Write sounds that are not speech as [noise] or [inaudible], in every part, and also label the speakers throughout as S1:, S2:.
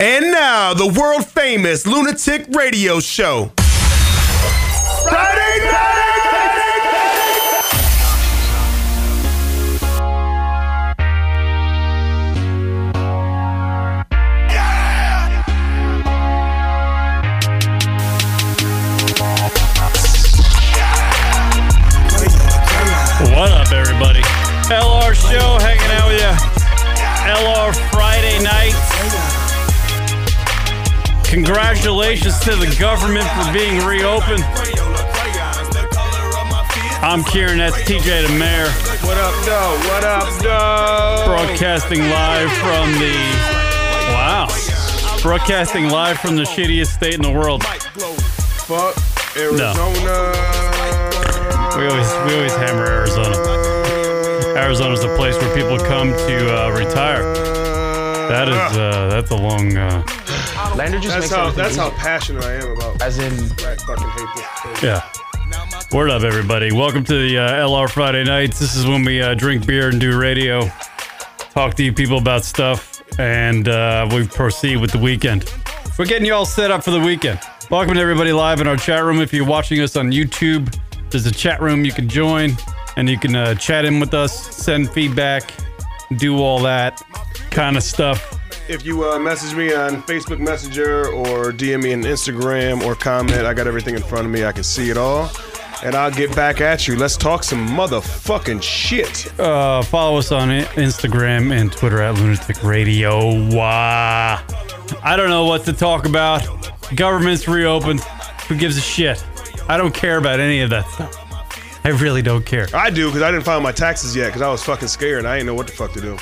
S1: And now, the world famous Lunatic Radio Show. Friday
S2: What up, everybody? LR Show hanging out with you. LR Friday night. Congratulations to the government for being reopened. I'm Kieran, that's TJ the Mayor,
S3: What up, though? What up, though?
S2: broadcasting live from the. Wow. Broadcasting live from the shittiest state in the world.
S3: Fuck Arizona.
S2: We always we always hammer Arizona. Arizona's the place where people come to uh, retire. That is uh, that's a long uh,
S4: Lander just
S3: That's
S4: makes
S3: how
S4: everything
S3: that's how
S4: easy.
S3: passionate I am about.
S4: As in,
S3: I fucking hate this. place.
S2: Yeah. Word up, everybody. Welcome to the uh, LR Friday nights. This is when we uh, drink beer and do radio, talk to you people about stuff, and uh, we proceed with the weekend. We're getting you all set up for the weekend. Welcome to everybody live in our chat room. If you're watching us on YouTube, there's a chat room you can join and you can uh, chat in with us, send feedback, do all that kind of stuff.
S3: If you uh, message me on Facebook Messenger or DM me on Instagram or comment, I got everything in front of me. I can see it all. And I'll get back at you. Let's talk some motherfucking shit.
S2: Uh, follow us on I- Instagram and Twitter at Lunatic Radio. Wah. I don't know what to talk about. Government's reopened. Who gives a shit? I don't care about any of that stuff. I really don't care.
S3: I do because I didn't file my taxes yet because I was fucking scared. and I didn't know what the fuck to do.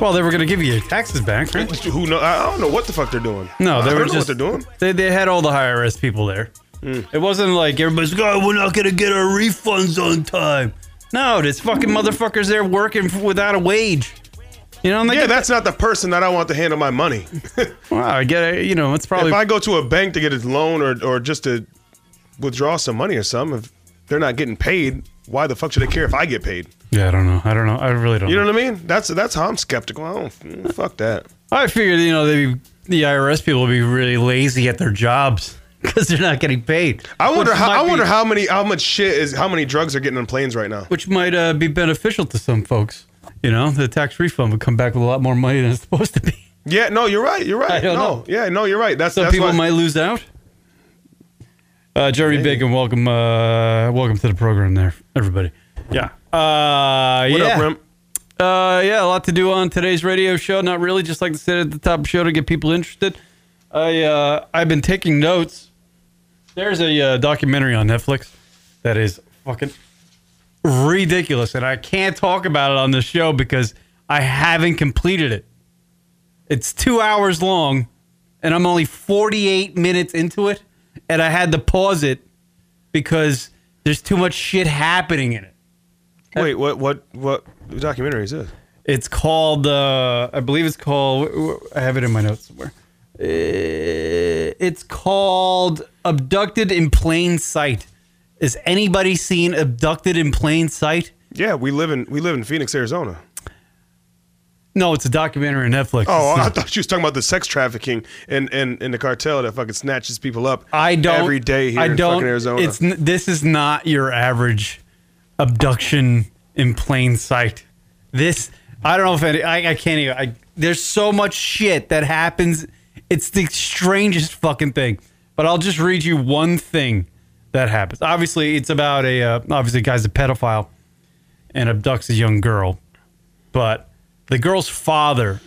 S2: Well, they were going to give you your taxes back, right?
S3: Who know? I I don't know what the fuck they're doing.
S2: No,
S3: I
S2: they
S3: don't
S2: were
S3: know
S2: just
S3: what they're doing. Hmm.
S2: They, they had all the high IRS people there. It wasn't like everybody's like, oh, we're not gonna get our refunds on time. No, this fucking motherfuckers there working f- without a wage. You know, and they
S3: Yeah,
S2: get,
S3: that's not the person that I want to handle my money. [laughs]
S2: wow, I get it. You know, it's probably
S3: if I go to a bank to get a loan or, or just to withdraw some money or something, if they're not getting paid, why the fuck should they care if I get paid?
S2: yeah. I don't know. I don't know. I really don't.
S3: You know what I mean? That's that's how I'm skeptical. I don't mm, fuck that.
S2: I figured, you know, they the IRS people would be really lazy at their jobs [laughs] because they're not getting paid.
S3: I wonder
S2: Which
S3: how
S2: might
S3: I
S2: be-
S3: wonder how many how much shit is how many drugs are getting on planes right now.
S2: which might uh, be beneficial to some folks. You know, the tax refund would come back with a lot more money than it's [laughs] supposed to be.
S3: Yeah, no, you're right. You're right.
S2: I don't
S3: no.
S2: know.
S3: Yeah, no, you're right. That's
S2: Some
S3: that's
S2: people
S3: why,
S2: might lose out. Uh, Jeremy Bacon, welcome, uh, welcome to the program, there, everybody.
S3: Yeah.
S2: Uh,
S3: What
S2: yeah.
S3: up, Rim?
S2: Uh, yeah, a lot to do on today's radio show. Not really, just like I said at the top of the show to get people interested. I uh, I've been taking notes. There's a uh, documentary on Netflix that is fucking ridiculous, and I can't talk about it on the show because I haven't completed it. It's two hours long, and I'm only 48 minutes into it, and I had to pause it because there's too much shit happening in it.
S3: Wait, what what what documentary is this?
S2: It's called, uh, I believe it's called, wh- wh- I have it in my notes somewhere. Uh, It's called Abducted in Plain Sight. Is anybody seen Abducted in Plain Sight?
S3: Yeah, we live in we live in Phoenix, Arizona.
S2: No, it's a documentary on Netflix.
S3: Oh,
S2: [laughs] It's
S3: I
S2: not-
S3: thought she was talking about the sex trafficking and and, and the cartel that fucking snatches people up.
S2: I don't.
S3: every day here
S2: I
S3: in
S2: don't.
S3: fucking Arizona.
S2: It's n- this is not your average abduction in plain sight. This I don't know if any, I I can't even. I, there's so much shit that happens. It's the strangest fucking thing. But I'll just read you one thing that happens. Obviously, it's about a uh, obviously a guy's a pedophile and abducts a young girl, but the girl's father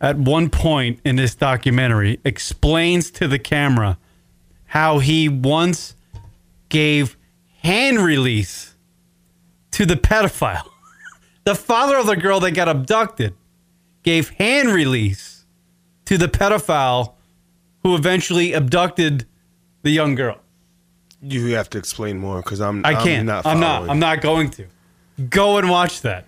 S2: at one point in this documentary explains to the camera how he once gave hand release to the pedophile. [laughs] the father of the girl that got abducted gave hand release to the pedophile who eventually abducted the young girl.
S3: You have to explain more because I'm.
S2: I can't.
S3: I'm not.
S2: I'm not.
S3: following.
S2: I'm not going to. Go and watch that.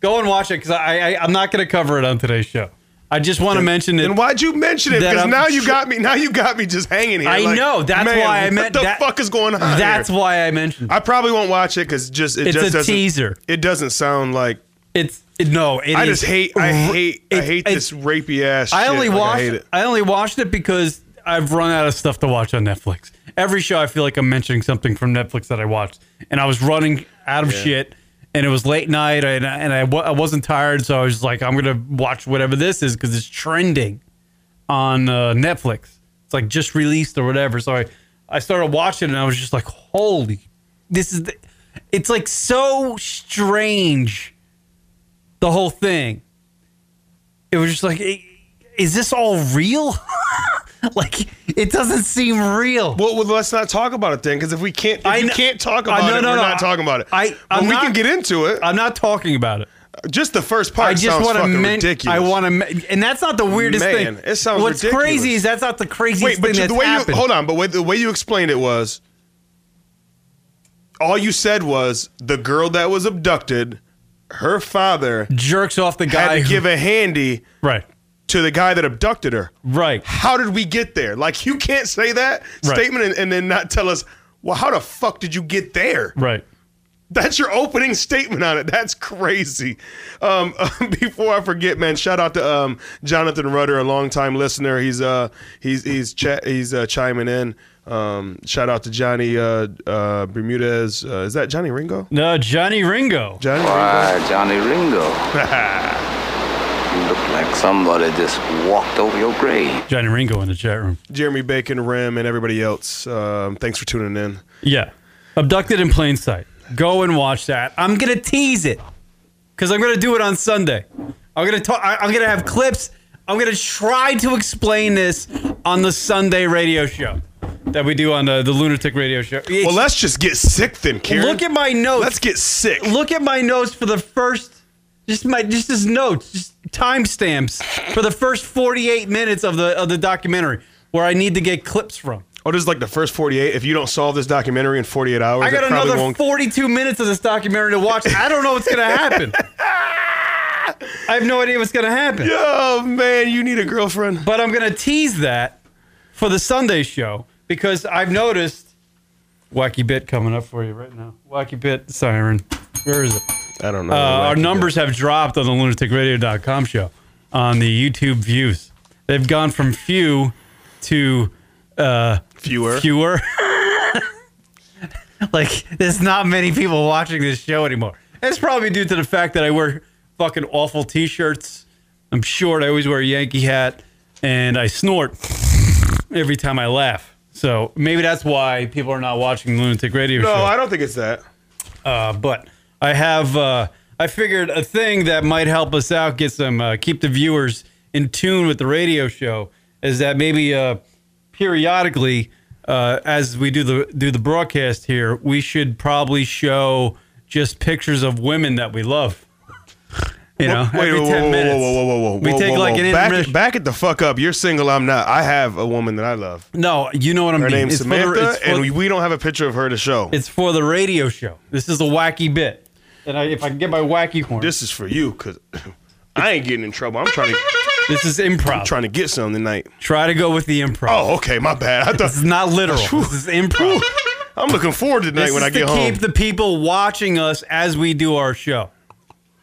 S2: Go and watch it because I, I I'm not going to cover it on today's show. I just want to mention it.
S3: Then why'd you mention it?
S2: That
S3: Because
S2: I'm
S3: now you
S2: tr-
S3: got me. Now you got me just hanging here.
S2: I
S3: like,
S2: know. That's
S3: man,
S2: why I meant
S3: What the
S2: that-
S3: fuck is going on?
S2: That's
S3: Here?
S2: why I mentioned. It.
S3: I probably won't watch it because just it
S2: It's
S3: just
S2: a
S3: doesn't,
S2: teaser.
S3: It doesn't sound like
S2: It's it, no. it
S3: I
S2: is-
S3: just hate. I hate. I
S2: it-
S3: hate
S2: it-
S3: this rapey ass.
S2: I
S3: shit.
S2: only
S3: Like,
S2: watched.
S3: I hate
S2: I,
S3: it.
S2: only watched it because I've run out of stuff to watch on Netflix. Every show, I feel like I'm mentioning something from Netflix that I watched, and I was running out of shit. And it was late night, and I, and I, wa- I wasn't tired, so I was like, I'm gonna watch whatever this is because it's trending on uh, Netflix. It's like just released or whatever. So I, I started watching, it and I was just like, holy, this is. The, it's like so strange. The whole thing it was just like, i- is this all real? [laughs] like, it doesn't seem real.
S3: Well, well, let's not talk about it then, because if we can't, if
S2: I
S3: we
S2: kn-
S3: can't talk
S2: I-
S3: about
S2: no,
S3: it,
S2: no,
S3: we're
S2: no,
S3: not
S2: I-
S3: talking about it.
S2: I-
S3: But
S2: I'm
S3: we can
S2: not-
S3: get into it.
S2: I'm not talking about it.
S3: just the first part
S2: I just
S3: sounds
S2: want to
S3: fucking
S2: mention.
S3: ridiculous.
S2: I want to, and that's not the weirdest
S3: Man,
S2: thing.
S3: it sounds
S2: What's
S3: ridiculous.
S2: crazy is that's not the craziest
S3: Wait, but
S2: thing
S3: you,
S2: that's
S3: the way
S2: happened.
S3: you hold on, but wait, the way you explained it was, all you said was the girl that was abducted, her father
S2: Jerks off the
S3: had
S2: guy.
S3: to
S2: who-
S3: give a handy
S2: right,
S3: to the guy that abducted her.
S2: right.
S3: How did we get there? Like you can't say that
S2: Right.
S3: statement and, and then not tell us. Well, how the fuck did you get there?
S2: Right.
S3: That's your opening statement on it. That's crazy. Um, [laughs] before I forget, man, shout out to um, Jonathan Rudder, a longtime listener. He's uh, he's he's ch- he's uh, chiming in. Um, shout out to Johnny uh, uh, Bermudez. Uh, is that Johnny Ringo?
S2: No, Johnny Ringo.
S3: Johnny Ringo.
S4: Why, Johnny Ringo. you look like somebody just walked over your grave.
S2: Johnny Ringo in the chat room.
S3: Jeremy Bacon, Rim, and everybody else. Um, thanks for tuning in.
S2: Yeah. Abducted in plain sight. Go and watch that. I'm gonna tease it because I'm gonna do it on Sunday. I'm gonna talk. I- I'm gonna have clips. I'm gonna try to explain this on the Sunday radio show that we do on the, the Lunatic Radio Show. It's-
S3: Well, let's just get sick then, Karen.
S2: look at my notes.
S3: Let's get sick.
S2: look at my notes for the first. Just my just his notes, just timestamps for the first 48 minutes of the of the documentary where I need to get clips from.
S3: Oh, this is like the first 48. If you don't solve this documentary in 48 hours,
S2: I got
S3: it probably
S2: another
S3: won't
S2: 42 minutes of this documentary to watch. I don't know what's going to happen. I have no idea what's going to happen.
S3: Oh man, you need a girlfriend.
S2: But I'm going to tease that for the Sunday show because I've noticed wacky bit coming up for you right now. Wacky bit siren. Where is it?
S3: I don't know.
S2: Uh, our numbers have dropped on the lunaticradio.com show on the YouTube views. They've gone from few to uh,
S3: fewer.
S2: fewer. [laughs] like, there's not many people watching this show anymore. It's probably due to the fact that I wear fucking awful t-shirts. I'm short. I always wear a Yankee hat, and I snort every time I laugh. So maybe that's why people are not watching the Lunatic Radio
S3: No,
S2: show.
S3: I don't think it's that.
S2: Uh, but I have uh, I figured a thing that might help us out, get some uh, keep the viewers in tune with the radio show, is that maybe uh, periodically, uh, as we do the do the broadcast here, we should probably show just pictures of women that we love. You know,
S3: Wait,
S2: every
S3: whoa,
S2: ten
S3: whoa,
S2: minutes.
S3: whoa, whoa, whoa, whoa, whoa.
S2: We
S3: whoa,
S2: take
S3: whoa,
S2: like
S3: whoa.
S2: an
S3: back,
S2: intermission-
S3: back it the fuck up. You're single. I'm not. I have a woman that I love.
S2: No, you know what I'm
S3: Her
S2: mean.
S3: name's
S2: It's for the-
S3: Samantha,
S2: it's for-
S3: and we, we don't have a picture of her to show.
S2: it's for the radio show. This is a wacky bit. And I, if I can get my wacky horn, this,
S3: This is for you, cause [laughs] I ain't getting in trouble. I'm trying to
S2: is improv.
S3: trying to get some tonight.
S2: Try to go with the improv.
S3: Oh, okay, my bad. I
S2: This is
S3: thought
S2: not literal. This is improv.
S3: I'm looking forward to tonight
S2: this
S3: when
S2: is
S3: I get
S2: to
S3: home.
S2: keep the people watching us as we do our show.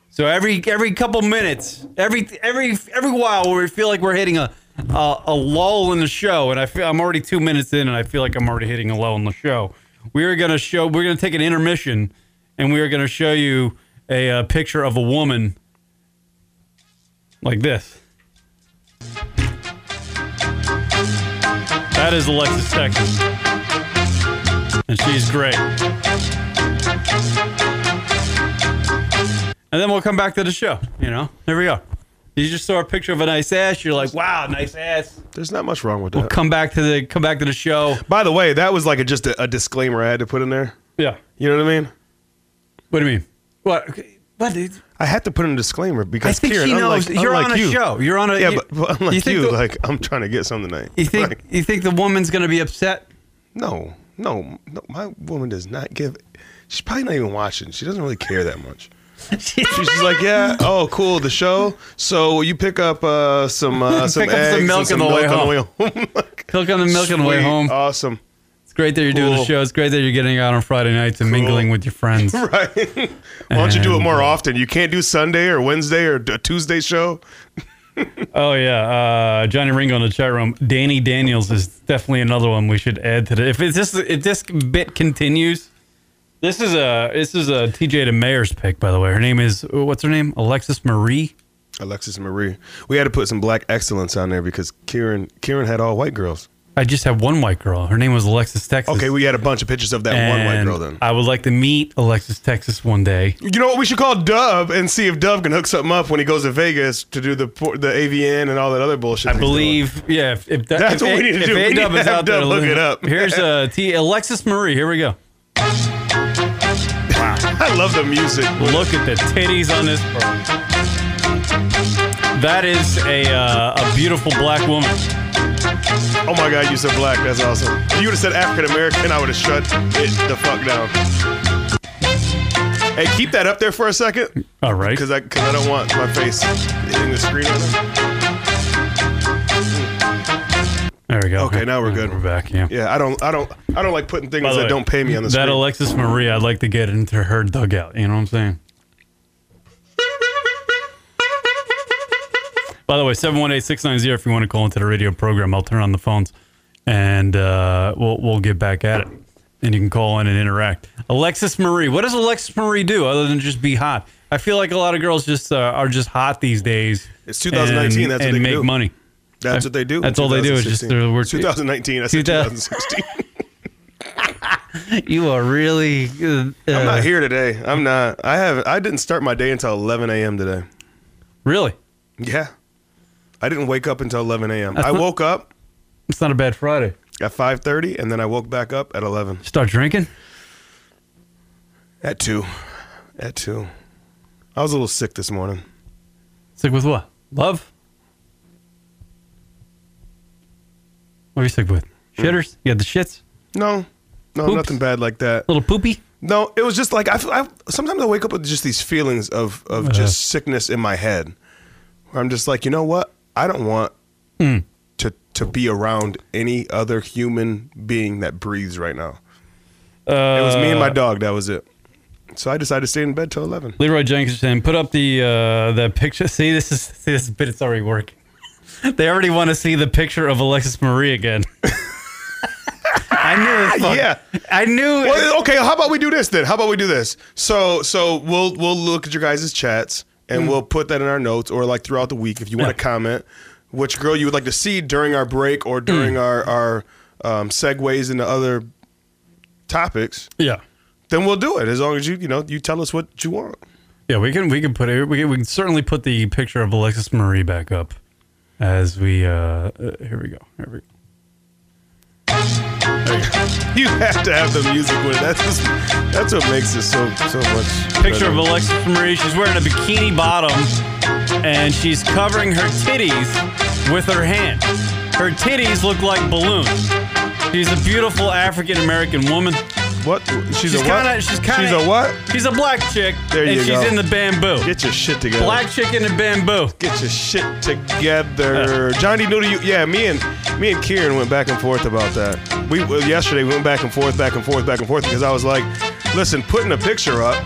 S2: So every every couple minutes, every every every while, where we feel like we're hitting a a, a lull in the show, and I feel I'm already two minutes in, and I feel like I'm already hitting a lull in the show. We are gonna show. We're gonna take an intermission, and we are gonna show you a, uh picture of a woman like this. That is Alexis Texas. And she's great. And then we'll come back to the show. You know, here we are. You just saw a picture of a nice ass. You're like, wow, nice ass.
S3: There's not much wrong with that.
S2: Come back to the come back to the show.
S3: By the way, that was like a, just a, a disclaimer I had to put in there.
S2: Yeah.
S3: You know what I mean?
S2: What do you mean? What? okay, What? dude?
S3: I had to put in a disclaimer
S2: I
S3: because
S2: think
S3: Karen,
S2: she knows.
S3: unlike-
S2: You're on
S3: unlike
S2: a
S3: you-
S2: show. You're on a.
S3: Yeah,
S2: you-
S3: but, but unlike you,
S2: think the-
S3: like I'm trying to get something tonight.
S2: you think
S3: Like,
S2: you think the woman's gonna be upset?
S3: no, no, no. My woman does not give. She's probably not even watching. She doesn't really care that much. [laughs] She's just like, yeah, oh, cool, the show. So will you pick up uh, some uh, some
S2: [laughs] Pick up some
S3: eggs and
S2: milk on the way
S3: milk on the way home. [laughs] Like,
S2: He'll come to milk on the way
S3: sweet,
S2: home.
S3: Awesome. [laughs]
S2: It's It's great that you're doing the
S3: Cool.
S2: show. It's great that you're getting out on Friday nights and mingling with your friends.
S3: Right. Why don't you do it more often? You can't do Sunday or Wednesday or a Tuesday show.
S2: Oh yeah, uh, Johnny Ringo in the chat room. Danny Daniels is definitely another one we should add to the. If it's this, if this bit continues, this is a this is a TJ to Mayor's pick. By the way, her name is what's her name? Alexis Marie.
S3: Alexis Marie. We had to put some black excellence on there because Kieran Kieran had all white girls.
S2: I just had one white girl. Her name was Alexis Texas.
S3: Okay, we had a bunch of pictures of that one white
S2: And
S3: girl then.
S2: I would like to meet Alexis Texas one day.
S3: You know what? We should call Dub and see if Dub can hook something up when he goes to Vegas to do the por- the AVN and all that other bullshit.
S2: I
S3: that he's doing.
S2: believe, yeah. If, if that,
S3: That's
S2: if,
S3: what we need to
S2: if
S3: do. We
S2: A
S3: need
S2: Dub
S3: to
S2: is
S3: have
S2: out there,
S3: Dub look
S2: listening-
S3: it up.
S2: Here's uh, T Alexis Marie. Here we go.
S3: I love the music.
S2: Look at the titties on this bro. That is a uh, a beautiful black woman.
S3: Oh my God, you said black. That's awesome. If you would have said African American, I would have shut it the fuck down. Hey, keep that up there for a second,
S2: All right.
S3: because I because I don't want my face hitting the screen. on it.
S2: There we go.
S3: Okay, now we're good.
S2: We're back. Yeah.
S3: Yeah, I don't, I don't, I don't like putting things
S2: By the
S3: that
S2: way,
S3: don't pay me on the
S2: That
S3: screen.
S2: Alexis Marie, I'd like to get into her dugout. You know what I'm saying? By the way, 718 690 if you want to call into the radio program. I'll turn on the phones and uh, we'll, we'll get back at it. And you can call in and interact. Alexis Marie, what does Alexis Marie do other than just be hot? I feel like a lot of girls just uh, are just hot these days.
S3: It's 2019,
S2: And,
S3: that's what
S2: and
S3: they
S2: make
S3: do.
S2: money.
S3: that's what they do. in
S2: That's all they do is just
S3: 2016.
S2: they're work-
S3: 2019. I said
S2: 2000.
S3: 2016.
S2: You are really. Uh,
S3: I'm not here today. I'm not. I have. I didn't start my day until 11 a.m. today.
S2: Really?
S3: Yeah, I didn't wake up until 11 a.m. I
S2: not-
S3: woke [laughs] up
S2: It's not a bad Friday.
S3: at 5:30, and then I woke back up at 11.
S2: Start drinking?
S3: At two. At two. I was a little sick this morning.
S2: Sick with what? Love? What are you sick with? Shitters? You had the shits?
S3: No, no,
S2: Oops.
S3: nothing bad like that.
S2: Little poopy?
S3: No, it was just like I, feel- I. Sometimes I wake up with just these feelings of of just sickness in my head, where I'm just like, you know what? I don't want Hmm. to to be around any other human being that breathes right now. it was me and my dog. That was it. So I decided to stay in bed till eleven.
S2: Leroy Jenkinson, put up the uh, that picture. [laughs] See, this is see this bit. It's already working. [laughs] they already want to see the picture of Alexis Marie again. [laughs] I knew. This [laughs] fuck-
S3: Yeah.
S2: I knew.
S3: Well, okay. How about we do this then? How about we do this? So, so we'll we'll look at your guys' chats and we'll put that in our notes or like throughout the week if you want to
S2: Mm. Yeah.
S3: comment which girl you would like to see during our break or during
S2: Mm.
S3: our our um, segues into other topics.
S2: yeah,
S3: Then we'll do it as long as you you know you tell us what you want. [laughs]
S2: yeah. We can we can put it. We can, we can certainly put the picture of Alexis Marie back up as we. Uh, uh, here we go. Here we go.
S3: You have to have the music with it. That's just, that's what makes it so so much.
S2: picture of
S3: better.
S2: Alexis Marie. She's wearing a bikini bottom and she's covering her titties with her hand. Her titties look like balloons. She's a beautiful African American woman.
S3: what? She's,
S2: She's
S3: a what?
S2: kind of she's kind of
S3: She's a what?
S2: She's a black chick
S3: There
S2: and
S3: you
S2: she's
S3: go.
S2: in the bamboo.
S3: Get your shit together.
S2: black chick in the bamboo.
S3: Get your shit together,
S2: [laughs]
S3: Johnny. Noodle, you, yeah, me and me and Kieran went back and forth about that. We well, yesterday we went back and forth, back and forth, back and forth because I was like, listen, putting a picture up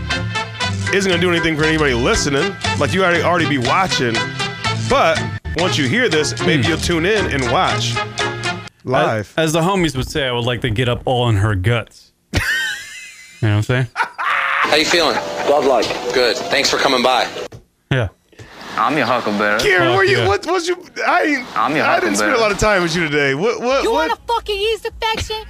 S3: isn't gonna do anything for anybody listening. Like you already already be watching, but once you hear this, maybe you'll tune in and watch live.
S2: As the homies would say, Hmm. I would like to get up all in her guts. [laughs] you know what
S3: [laughs]
S2: I'm saying?
S5: How you feeling? Godlike. Good. Thanks for coming by.
S2: Yeah.
S4: I'm your huckleberry.
S3: Kieran, where you?
S2: uh, yeah.
S3: What? What's you? I ain't-
S4: I'm your
S3: I didn't
S4: Huckleberry.
S3: spend a lot of time with you today. What? What?
S6: You
S3: what?
S6: want a fucking yeast infection?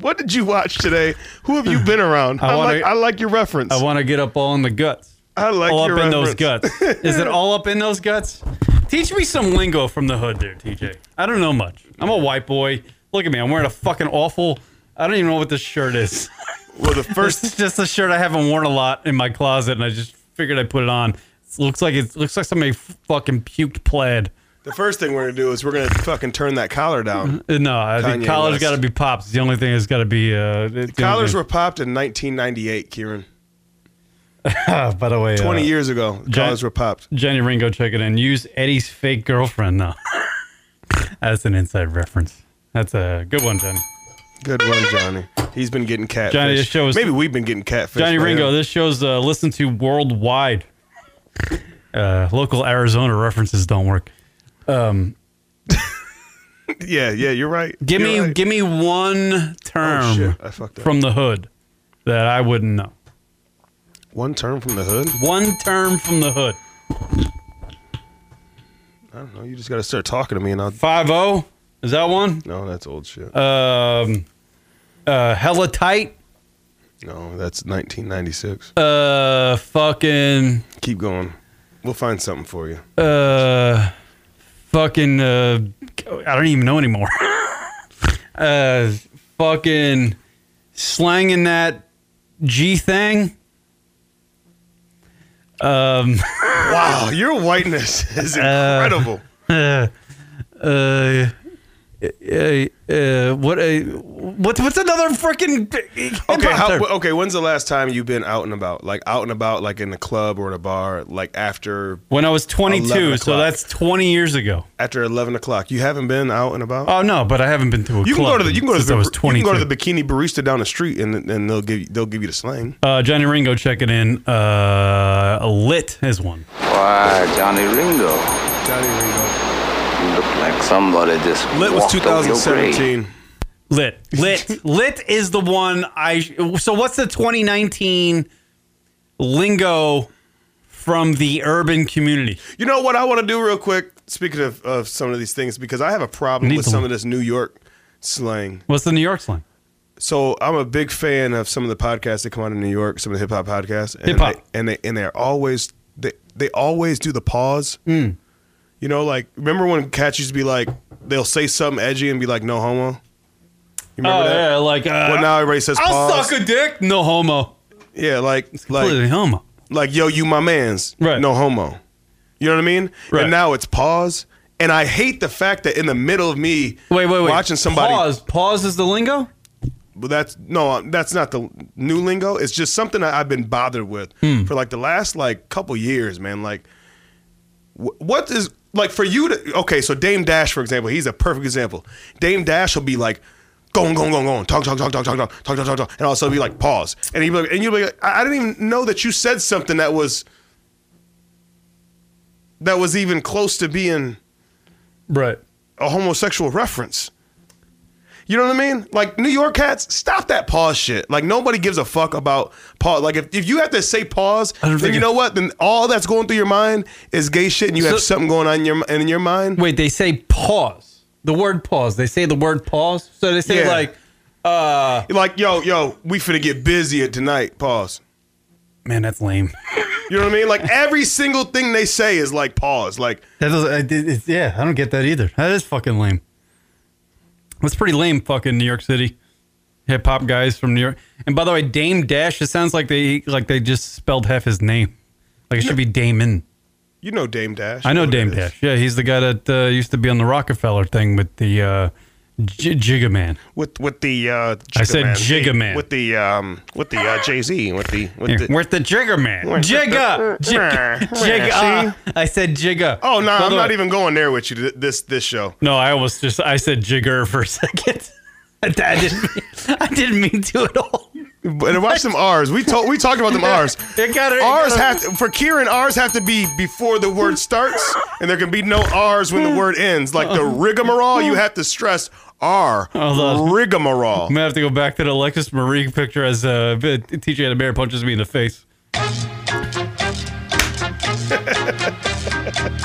S3: what did you watch today? Who have you been around? I,
S2: wanna-
S3: like. I like your reference.
S2: I want to get up all in the guts.
S3: I like
S2: all up
S3: your
S2: in those
S3: reference.
S2: guts. Is it all up in those guts? Teach me some lingo from the hood, there, TJ. I don't know much. I'm a white boy. Look at me. I'm wearing a fucking awful. I don't even know what this shirt is. [laughs]
S3: Well, the
S2: First,
S3: first
S2: it's just a shirt I haven't worn a lot in my closet, and I just figured I'd put it on. It looks like it looks like somebody fucking puked plaid.
S3: the first thing we're gonna do is we're gonna fucking turn that collar down.
S2: Uh, No, I think
S3: Kanye
S2: collars
S3: West.
S2: got to be pops. The only thing that's got to be uh, the
S3: Collars were popped in 1998, Kieran.
S2: by the way,
S3: 20
S2: uh,
S3: years ago, collars were popped.
S2: Jenny Ringo, check it in. Use Eddie's fake [laughs] girlfriend though. That's an inside reference. That's a good one, Jenny.
S3: Good one, Johnny. He's been getting catfish.
S2: Johnny, this show is-
S3: Maybe we've been getting catfish.
S2: Johnny
S3: by
S2: Ringo,
S3: him.
S2: this show's uh, listened to worldwide. Uh, local Arizona references don't work.
S3: Yeah, yeah, you're right.
S2: Give
S3: You're
S2: me
S3: right.
S2: give me one term
S3: Oh, shit. I fucked up.
S2: from the hood that I wouldn't know.
S3: one term from the hood.
S2: One term from the hood.
S3: I don't know. You just got to start talking to me, and I'll.
S2: Five O is that one?
S3: No, that's old shit.
S2: Um, uh, hella tight.
S3: no, that's 1996.
S2: Uh, fucking.
S3: Keep going. We'll find something for you.
S2: Uh, fucking. Uh, I don't even know anymore. [laughs] uh, fucking slanging that G thing.
S3: Wow, your whiteness [laughs] is incredible.
S2: Uh, uh, uh, what? Uh, what? What's another freaking?
S3: okay, how, wh- okay. When's the last time you've been out and about, like out and about, like in the club or in a bar, like after
S2: When I was 22,
S3: 11
S2: so
S3: o'clock.
S2: that's 20 years ago.
S3: after 11 o'clock? You haven't been out and about.
S2: Oh no, but I haven't been to a
S3: you can
S2: club
S3: go to the you can go to
S2: since
S3: the,
S2: I was
S3: you can
S2: 22.
S3: go to the bikini barista down the street, and and they'll give you, they'll give you the slang.
S2: uh, Johnny Ringo checking in. Uh, lit is one.
S4: Why, Johnny Ringo,
S3: Johnny Ringo.
S4: you look like somebody just
S3: Lit was
S4: walked over your grave.
S3: 2017.
S2: Lit,
S3: [laughs]
S2: lit, lit is the one I. So what's the 2019 lingo from the urban community?
S3: You know what I want to do real quick? Speaking of, of some of these things, because I have a problem
S2: Need
S3: with
S2: to-
S3: some of this New York slang.
S2: What's the New York slang?
S3: So I'm a big fan of some of the podcasts that come out in New York, some of the hip hop podcasts, and
S2: Hip hop.
S3: they, and they and they're always they they always do the pause.
S2: Hmm.
S3: You know, like remember when cats used to be like they'll say something edgy and be like no homo. You remember
S2: oh
S3: that?
S2: yeah, like uh,
S3: Well, now everybody says
S2: I'll
S3: pause.
S2: suck a dick. No homo.
S3: Yeah, like
S2: Completely
S3: like
S2: homo.
S3: like yo, you my man's.
S2: Right.
S3: No homo. You know what I mean?
S2: Right.
S3: And now it's pause. And I hate the fact that in the middle of me
S2: Wait, wait, wait.
S3: watching somebody
S2: Pause. Pause is the lingo.
S3: But that's no, uh, that's not the new lingo. It's just something that I've been bothered with for like the last like couple years, man. Like, wh- what is like for you to okay? So Dame Dash, for example, he's a perfect example. Dame Dash will be like. Going, going, going, going, talk, talk, talk, talk, talk, talk, talk, talk, talk, talk, and also be like pause, and he like, and you be like, I I didn't even know that you said something that was that was even close to being
S2: Right.
S3: a homosexual reference. You know what I mean? Like New York cats, stop that pause shit. Like nobody gives a fuck about pause. Like if, if you have to say pause,
S2: I don't
S3: then
S2: think
S3: you
S2: it-
S3: know what? Then all that's going through your mind is gay shit, and you
S2: So-
S3: have something going on in your in your mind.
S2: Wait, they say pause. The word pause. They say the word pause. So they say
S3: Yeah.
S2: like,
S3: Like yo yo, we finna get busy at tonight. Pause.
S2: man, that's lame.
S3: You know what I mean? Like every single thing they say is like pause. Like
S2: That doesn't. I did- it's- yeah, I don't get that either. That is fucking lame. That's pretty lame, fucking New York City hip hop guys from New York. And by the way, Dame Dash. It sounds like they like they just spelled half his name. Like it should be Damon.
S3: you know Dame Dash.
S2: I know
S3: what
S2: Dame
S3: it is.
S2: Dash. Yeah, he's the guy that uh, used to be on the Rockefeller thing with the uh, J- Jigga Man.
S3: with with the uh,
S2: I
S3: Jigga
S2: said
S3: Man.
S2: Jigga Man.
S3: with the um with the uh, Jay Z with the with
S2: Here,
S3: the
S2: Where's the Jigga Man?
S3: Where's the- [laughs]
S2: Jigga, Jigga, Jigga. I said Jigga.
S3: Oh no,
S2: By
S3: I'm
S2: the
S3: not
S2: way-
S3: even going there with you. th- This this show.
S2: No, I almost just I said Jigger for a [laughs] second. I didn't. I didn't mean to at all.
S3: And watch them R's. We told we talked about [laughs] them R's.
S2: It got it.
S3: R's have to, for Kieran. R's have to be before the word starts, and there can be no R's when the word ends. Like the rigmarole, you have to stress R.
S2: Although-
S3: Rigmarole.
S2: I'm gonna have to go back to the Alexis Marie picture as uh, TJ had a bear punches me in the face.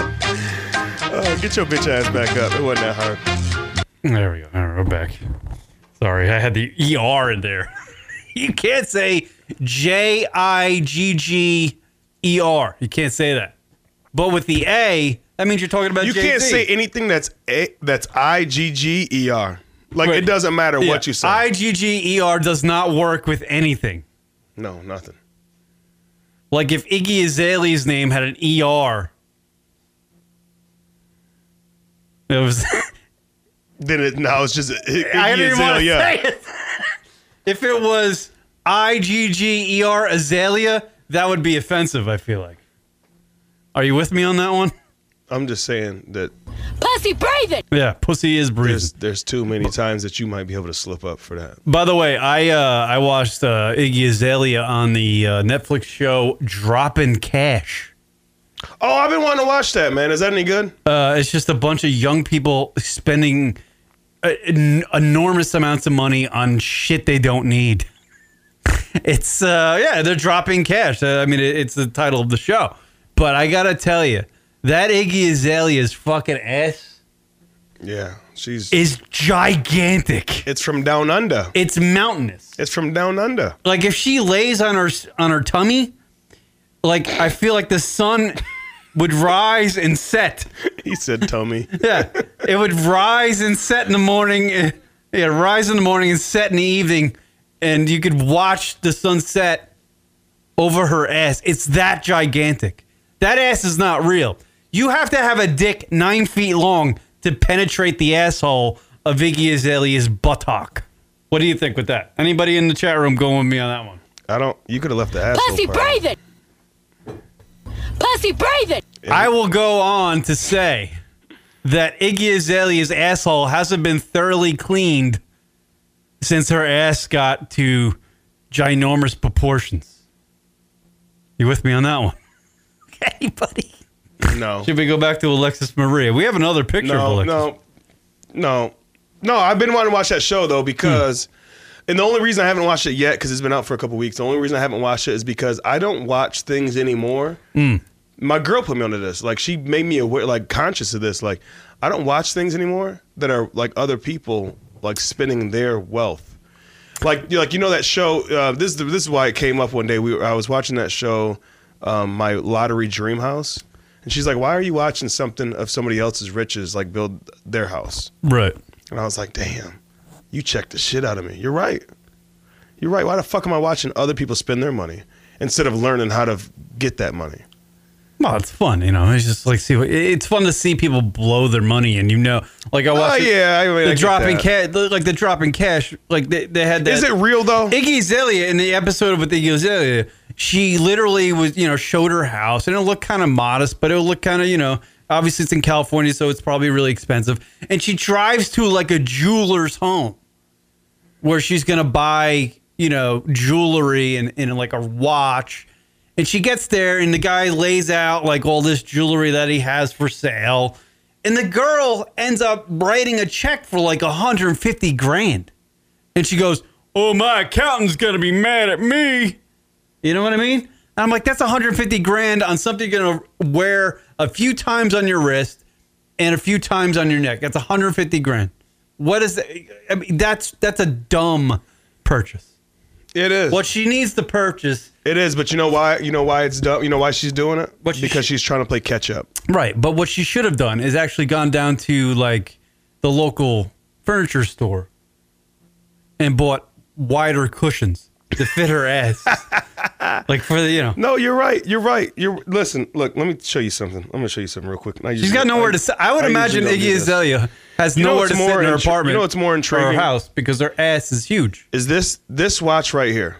S3: Uh, get your bitch ass back up. It wasn't that hard.
S2: There we go. All right, we're back. Sorry, I had the ER in there. [laughs] you can't say J I G G E R. You can't say that. But with the A, that means you're talking about
S3: You
S2: JT.
S3: can't say anything that's a, that's I G G E R. Like
S2: Right.
S3: it doesn't matter
S2: Yeah.
S3: what you say.
S2: I G G E R does not work with anything.
S3: no, nothing.
S2: Like if Iggy Azalea's name had an ER, it was. [laughs]
S3: Then it now it's just it, it,
S2: I didn't want to
S3: yeah.
S2: say it. [laughs] if it was I G G E R Azalea, that would be offensive. I feel like. Are you with me on that one?
S3: I'm just saying that
S6: Pussy breathing.
S2: Yeah, pussy is breathing.
S3: there's there's too many times that you might be able to slip up for that.
S2: By the way, I uh, I watched uh, Iggy Azalea on the uh, Netflix show Dropping Cash.
S3: Oh, I've been wanting to watch that, man. Is that any good?
S2: Uh, it's just a bunch of young people spending uh, en- enormous amounts of money on shit they don't need. [laughs] It's uh, yeah, they're dropping cash. Uh, I mean, it, it's the title of the show. But I gotta tell you, that Iggy Azalea's fucking ass
S3: yeah, she's.
S2: is gigantic.
S3: it's from down under.
S2: It's mountainous.
S3: It's from down under.
S2: like if she lays on her on her tummy, like I feel like the sun [laughs] would rise and set.
S3: He said, "Tummy."
S2: Yeah, it would rise and set in the morning. eh, Yeah, rise in the morning and set in the evening, and you could watch the sunset over her ass. It's that gigantic. That ass is not real. You have to have a dick nine feet long to penetrate the asshole of Iggy Azalea's buttock. What do you think with that? Anybody in the chat room going with me on that one?
S3: I don't. You could have left the asshole.
S6: Pussy
S3: part.
S6: breathing. Pussy breathing.
S2: I will go on to say that Iggy Azalea's asshole hasn't been thoroughly cleaned since her ass got to ginormous proportions. You with me on that one? [laughs] Okay, buddy.
S3: No.
S2: Should we go back to Alexis Maria? We have another picture of
S3: No.
S2: Alexis.
S3: No. No. No. I've been wanting to watch that show though because, and the only reason I haven't watched it yet because it's been out for a couple weeks. The only reason I haven't watched it is because I don't watch things anymore.
S2: Hmm.
S3: My girl put me onto this. Like she made me aware, like conscious of this. Like I don't watch things anymore that are like other people like spending their wealth. like you like you know that show. Uh, this is the- this is why it came up one day. We were, I was watching that show, um, my lottery dream house, and she's like, "Why are you watching something of somebody else's riches, like build their house?"
S2: Right.
S3: And I was like, "Damn, you checked the shit out of me. You're right. You're right. Why the fuck am I watching other people spend their money instead of learning how to f- get that money?"
S2: Well, it's fun, you know. It's just like see, what- it's fun to see people blow their money, and you know, like I watched. the-
S3: Oh, yeah, I mean, I
S2: the
S3: get
S2: dropping cash,
S3: that.
S2: like the dropping cash, like they, they had. That,
S3: Is it real though?
S2: Iggy Azalea in the episode with Iggy Azalea, she literally was, you know, showed her house and it looked kind of modest, but it looked kind of, you know, obviously it's in California, so it's probably really expensive. And she drives to like a jeweler's home where she's going to buy, you know, jewelry and, and like a watch. And she gets there and the guy lays out like all this jewelry that he has for sale. And the girl ends up writing a check for like 150 grand. And she goes, Oh, my accountant's going to be mad at me. You know what I mean? And I'm like, That's 150 grand on something you're going to wear a few times on your wrist and a few times on your neck. That's 150 grand. What is that? I mean, that's, that's a dumb purchase.
S3: It is.
S2: What she needs to purchase.
S3: It is, but you know why? You know why it's dumb. You know why she's doing it?
S2: What she
S3: because
S2: sh-
S3: she's trying to play catch up.
S2: Right. But what she should have done is actually gone down to like the local furniture store and bought wider cushions to fit her [laughs] ass. like for the, you know.
S3: No, you're right. You're right. You're listen. Look, let me show you something. I'm gonna show you something real quick. Now,
S2: She's got nowhere to. sit. I would imagine Iggy Azalea has
S3: You know
S2: nowhere
S3: what's
S2: to sit
S3: more
S2: in her
S3: intri- you
S2: apartment.
S3: know what's more
S2: or
S3: intriguing?
S2: Her house because her ass is huge.
S3: Is this this watch right here?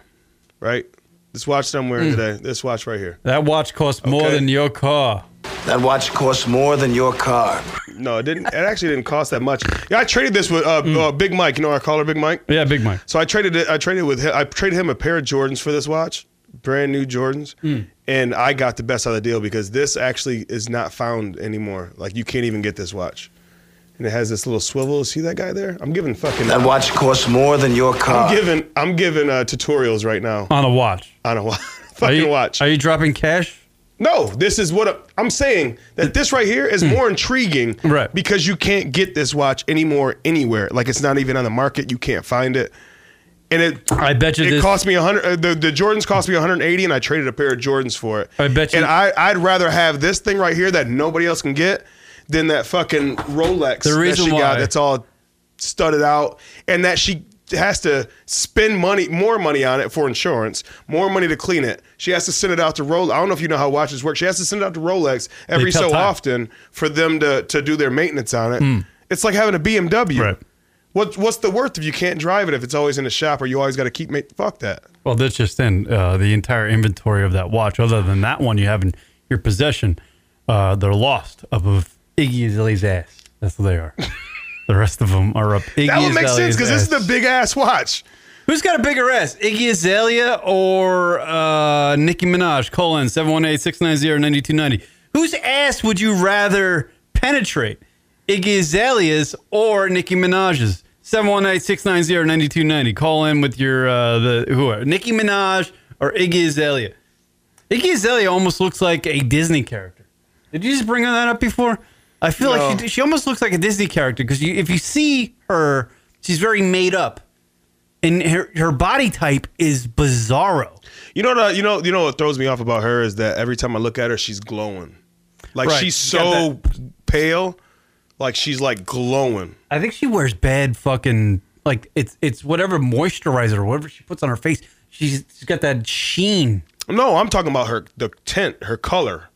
S3: Right. This watch that I'm wearing
S2: Mm.
S3: today. This watch right here.
S2: That watch costs more
S3: Okay.
S2: than your car.
S4: That watch costs more than your car.
S3: No, it didn't. It actually didn't cost that much. Yeah, I traded this with
S2: Mm.
S3: uh, uh, Big Mike. You know, our caller, Big Mike.
S2: Yeah, big Mike.
S3: So I traded it. I traded with him. I traded him a pair of Jordans for this watch, brand new Jordans,
S2: Mm.
S3: and I got the best out of the deal because this actually is not found anymore. Like you can't even get this watch, and it has this little swivel. See that guy there? I'm giving fucking.
S4: That watch costs more than your
S2: Uh,
S4: car.
S3: I'm giving. I'm giving uh, tutorials right now
S2: On a watch.
S3: on [laughs] a watch.
S2: Are
S3: fucking
S2: you,
S3: watch.
S2: Are you dropping cash?
S3: no, this is what i I'm saying. That this right here is more intriguing,
S2: Hmm. Right.
S3: Because you can't get this watch anymore anywhere. Like it's not even on the market. You can't find it. And it
S2: I bet you
S3: it
S2: this.
S3: cost me 100 uh, the, the jordans cost me 180 and i traded a pair of jordans for it
S2: I bet you-
S3: and I, i'd rather have this thing right here that nobody else can get than that fucking rolex
S2: The reason
S3: that she
S2: why-
S3: got that's all studded out and that she has to spend money more money on it for insurance more money to clean it she has to send it out to rolex i don't know if you know how watches work she has to send it out to rolex every
S2: tell
S3: so
S2: time. Hmm.
S3: often for them to, to do their maintenance on it it's like having a bmw
S2: Right.
S3: what, what's the worth if you can't drive it if it's always in a shop or you always got to keep make fuck that
S2: Well, that's just in uh, the entire inventory of that watch. Other than that one you have in your possession, uh, uh, they're lost up of Iggy Azalea's ass. That's what they
S3: [laughs]
S2: are. the rest of them are up Iggy
S3: That would make sense because this is
S2: ass.
S3: the big ass watch.
S2: Who's got a bigger ass, Iggy Azalea or uh, Nicki Minaj? Colon 718-690-9290. Whose ass would you rather penetrate, Iggy Azalea's or Nicki Minaj's? 718-690-9290. Call in with your uh, the who are Nicki Minaj or Iggy Azalea. Iggy Azalea almost looks like a Disney character. Did you just bring that up before? I feel like she, she almost looks like a Disney character because you, if you see her, she's very made up and her her body type is bizarro.
S3: You know what? Uh, you know. You know what throws me off about her is that every time I look at her, she's glowing. Like
S2: Right.
S3: she's
S2: You got
S3: so pale. Like she's like glowing.
S2: I think she wears bad fucking like it's it's whatever moisturizer or whatever she puts on her face. She's she's got that sheen.
S3: No, I'm talking about her the tint, her color.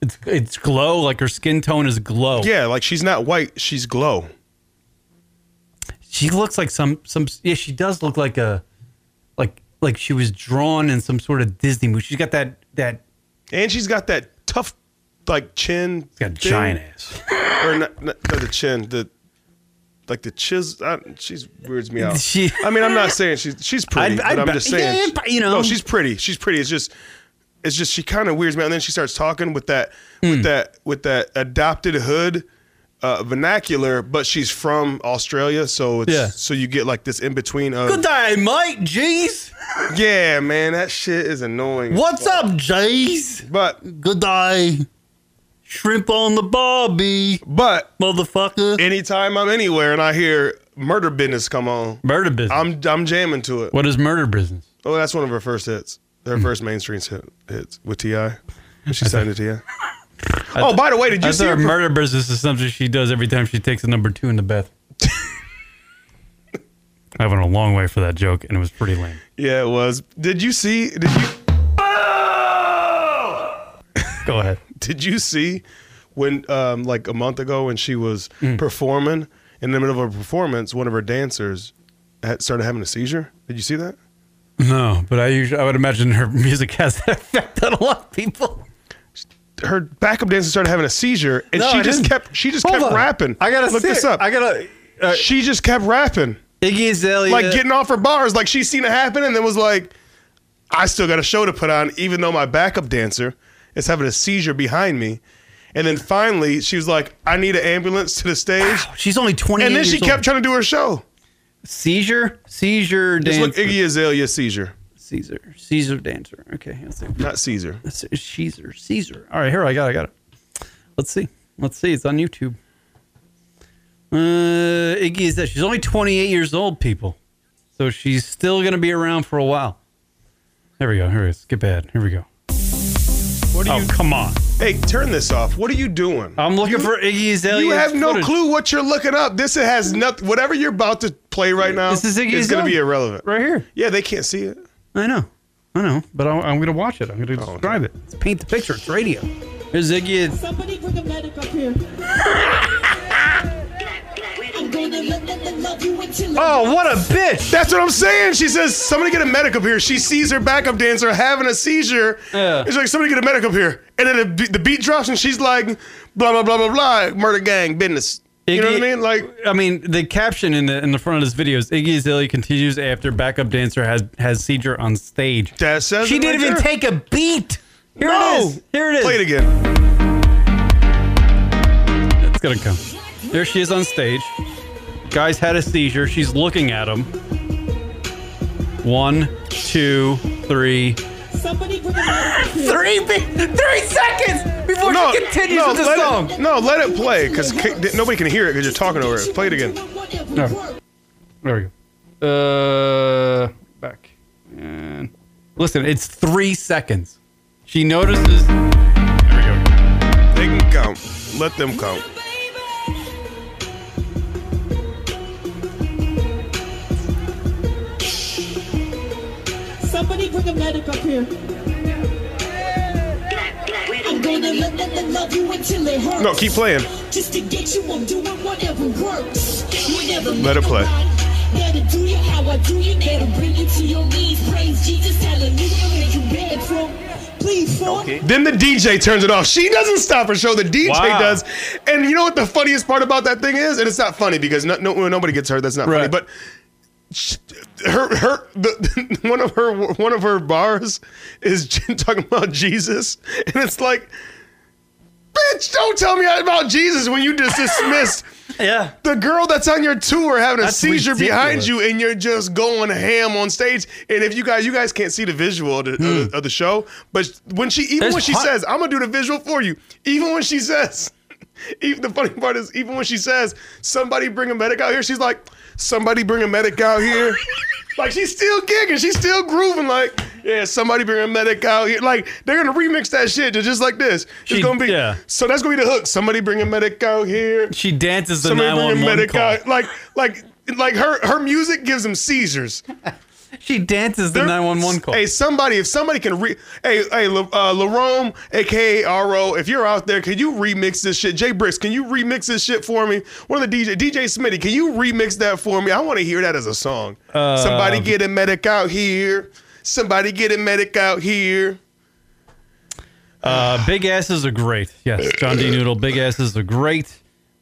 S2: It's it's glow like her skin tone is glow.
S3: Yeah, like she's not white. She's glow.
S2: she looks like some some yeah she does look like a like like she was drawn in some sort of Disney movie. She's got that that
S3: And she's got that tough, like chin.
S2: she's got a
S3: thing.
S2: giant ass.
S3: Or not, not, not the chin. The like the chiz. I, she's weirds me out.
S2: [laughs] She-
S3: I mean, I'm not saying she's she's pretty,
S2: I'd- I'd
S3: but I'm
S2: bet-
S3: just saying.
S2: yeah, but, you know.
S3: no, she's pretty. She's pretty. It's just, it's just she kind of weirds me out. And then she starts talking with that,
S2: Hmm.
S3: with that, with that adopted hood. Uh, vernacular, but she's from Australia, so it's
S2: Yeah.
S3: so you get like this in between of
S2: Good day, mate. Jeez,
S3: yeah, man, that shit is annoying.
S2: what's up, Jeez?
S3: But
S2: Good day. Shrimp on the barbie,
S3: but
S2: motherfucker.
S3: anytime I'm anywhere and I hear murder business come on,
S2: Murder business.
S3: I'm I'm jamming to it.
S2: what is murder business?
S3: Oh, that's one of her first hits. Her
S2: Hmm.
S3: first mainstream hit, hits with Ti. When She signed to Ti. Oh, by the way, did you
S2: That's
S3: see her?
S2: her
S3: per-
S2: murder business is something she does every time she takes a number two in the [laughs] bathroom. I went a long way for that joke, and it was pretty lame.
S3: yeah, it was. Did you see? Did you
S2: Go ahead.
S3: did you see when um, like a month ago when she was
S2: Hmm.
S3: performing in the middle of a performance, one of her dancers had started having a seizure. Did you see that?
S2: No, but I usually I would imagine her [laughs] music has that effect on a lot of people.
S3: Her backup dancer started having a seizure, and
S2: No,
S3: she
S2: I
S3: just
S2: didn't.
S3: kept she just
S2: Hold
S3: kept
S2: on.
S3: rapping.
S2: I gotta
S3: look
S2: see
S3: this
S2: it.
S3: up.
S2: I gotta uh,
S3: she just kept rapping.
S2: Iggy Azalea.
S3: like getting off her bars. Like she seen it happen and then was like, I still got a show to put on, even though my backup dancer is having a seizure behind me. And then finally, she was like, I need an ambulance to the stage.
S2: She's only twenty.
S3: And then she kept trying to do her show.
S2: seizure, seizure
S3: Just
S2: dancer,
S3: look Iggy Azalea seizure,
S2: Caesar, Caesar dancer. Okay, let's see.
S3: not Caesar.
S2: That's it's Caesar. Caesar. All right, here I got. it, I got it. Let's see. Let's see. It's on YouTube. Uh, Iggy is that she's only 28 years old, people, so she's still gonna be around for a while. There we go. Here it is. Skip ad. Here we go.
S3: What are
S2: Oh
S3: you?
S2: come on!
S3: Hey, turn this off. What are you doing?
S2: I'm looking for Iggy Azalea.
S3: you have no clue what you're looking up. This has nothing. Whatever you're about to play right now
S2: This is
S3: going
S2: Iggy
S3: to
S2: Azalea.
S3: be irrelevant.
S2: right here.
S3: Yeah, they can't see it.
S2: I know. I know. But I'm, I'm gonna watch it. I'm gonna
S3: okay.
S2: describe it. Let's paint the picture. It's radio. Here's Iggy.
S6: Somebody bring a medic up here. I'm gonna let them love you until
S2: Oh, what a bitch!
S3: That's what I'm saying. She says, somebody get a medic up here. She sees her backup dancer having a seizure.
S2: Yeah.
S3: It's like, somebody get a medic up here. And then the be- the beat drops and she's like, blah, blah, blah, blah, blah, murder gang business. You know what I
S2: Iggy-
S3: mean? Like,
S2: I mean, the caption in the in the front of this video is Iggy Azalea continues after backup dancer has has seizure on stage.
S3: that says
S2: She
S3: it right
S2: didn't even
S3: there.
S2: take a beat. Here
S3: No!
S2: it is. Here it is.
S3: Play it again.
S2: It's gonna come. There she is on stage. Guy's had a seizure. She's looking at him. One, two, three.
S6: somebody bring a medic up here.
S2: Three, be- three seconds before
S3: No,
S2: she continues
S3: no,
S2: with the
S3: let
S2: song.
S3: It, no, let it play because nobody can hear it because you're talking over it. Play it again.
S6: again.
S2: There we go. Uh, back. And listen, it's three seconds. She notices.
S3: They can count. Let them count.
S6: Somebody bring a medic up here. I'm gonna let them love you until it hurts.
S3: No, keep playing.
S6: Just to get you, I'm doing whatever works. Whenever
S3: Let it play.
S6: That'll do you how I do you. That'll bring you to your knees. Praise Jesus, hallelujah, where you beg from. plead for.
S7: Okay.
S3: Then the DJ turns it off. She doesn't stop her show. The DJ
S7: Wow.
S3: does. And you know what the funniest part about that thing is? And it's not funny because no, no, nobody gets hurt. That's not funny.
S2: Right.
S3: But sh- her her the, [laughs] one of her one of her bars is [laughs] talking about Jesus, and it's like, bitch, don't tell me about Jesus when you just dismissed.
S2: Yeah.
S3: The girl that's on your tour having a
S2: That's
S3: seizure behind
S2: ridiculous.
S3: you, and you're just going ham on stage. And if you guys, you guys can't see the visual of the, of the- of the show, but when she, even
S2: Hmm. There's
S3: when she
S2: hu-
S3: says, "I'm gonna do the visual for you," even when she says, [laughs] even the funny part is, even when she says, "Somebody bring a medic out here," she's like, "Somebody bring a medic out
S2: [laughs]
S3: here." Like she's still gigging, she's still grooving. Like, yeah, somebody bring a medic out here. Like they're gonna remix that shit to just like this.
S2: She-
S3: it's gonna be
S2: yeah.
S3: so that's gonna be the hook. Somebody bring a medic out here
S2: She dances the
S3: somebody bring a
S2: 911
S3: medic
S2: call.
S3: out. Like, like, like her her music gives them seizures.
S2: She dances the
S3: They're-
S2: 911 call.
S3: Hey, somebody, if somebody can re, hey, hey, La- uh, Larome, aka Ro, if you're out there, can you remix this shit? Jay Bricks, can you remix this shit for me? One of the DJ, DJ Smitty, can you remix that for me? I want to hear that as a song. somebody
S2: Uh,
S3: get a medic out here. Somebody get a medic out here.
S2: Uh, big asses are great. Yes, John D. Noodle. Big asses are great.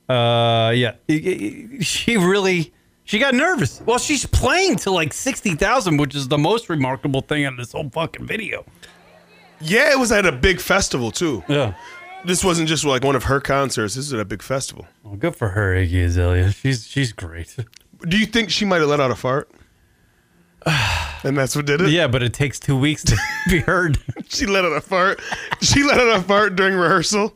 S2: Uh, yeah, It- it- it- she really she got nervous. Well, she's playing to like sixty thousand, which is the most remarkable thing on this whole fucking video.
S3: Yeah, it was at a big festival too.
S2: Yeah.
S3: This wasn't just like one of her concerts. This is at a big festival.
S2: Well, good for her, Iggy Azalea. She's she's great.
S3: Do you think she might have let out a
S2: [sighs]
S3: fart? And that's what did it.
S2: Yeah, but it takes two weeks to [laughs] be heard.
S3: She let out a fart. She let out a fart during rehearsal.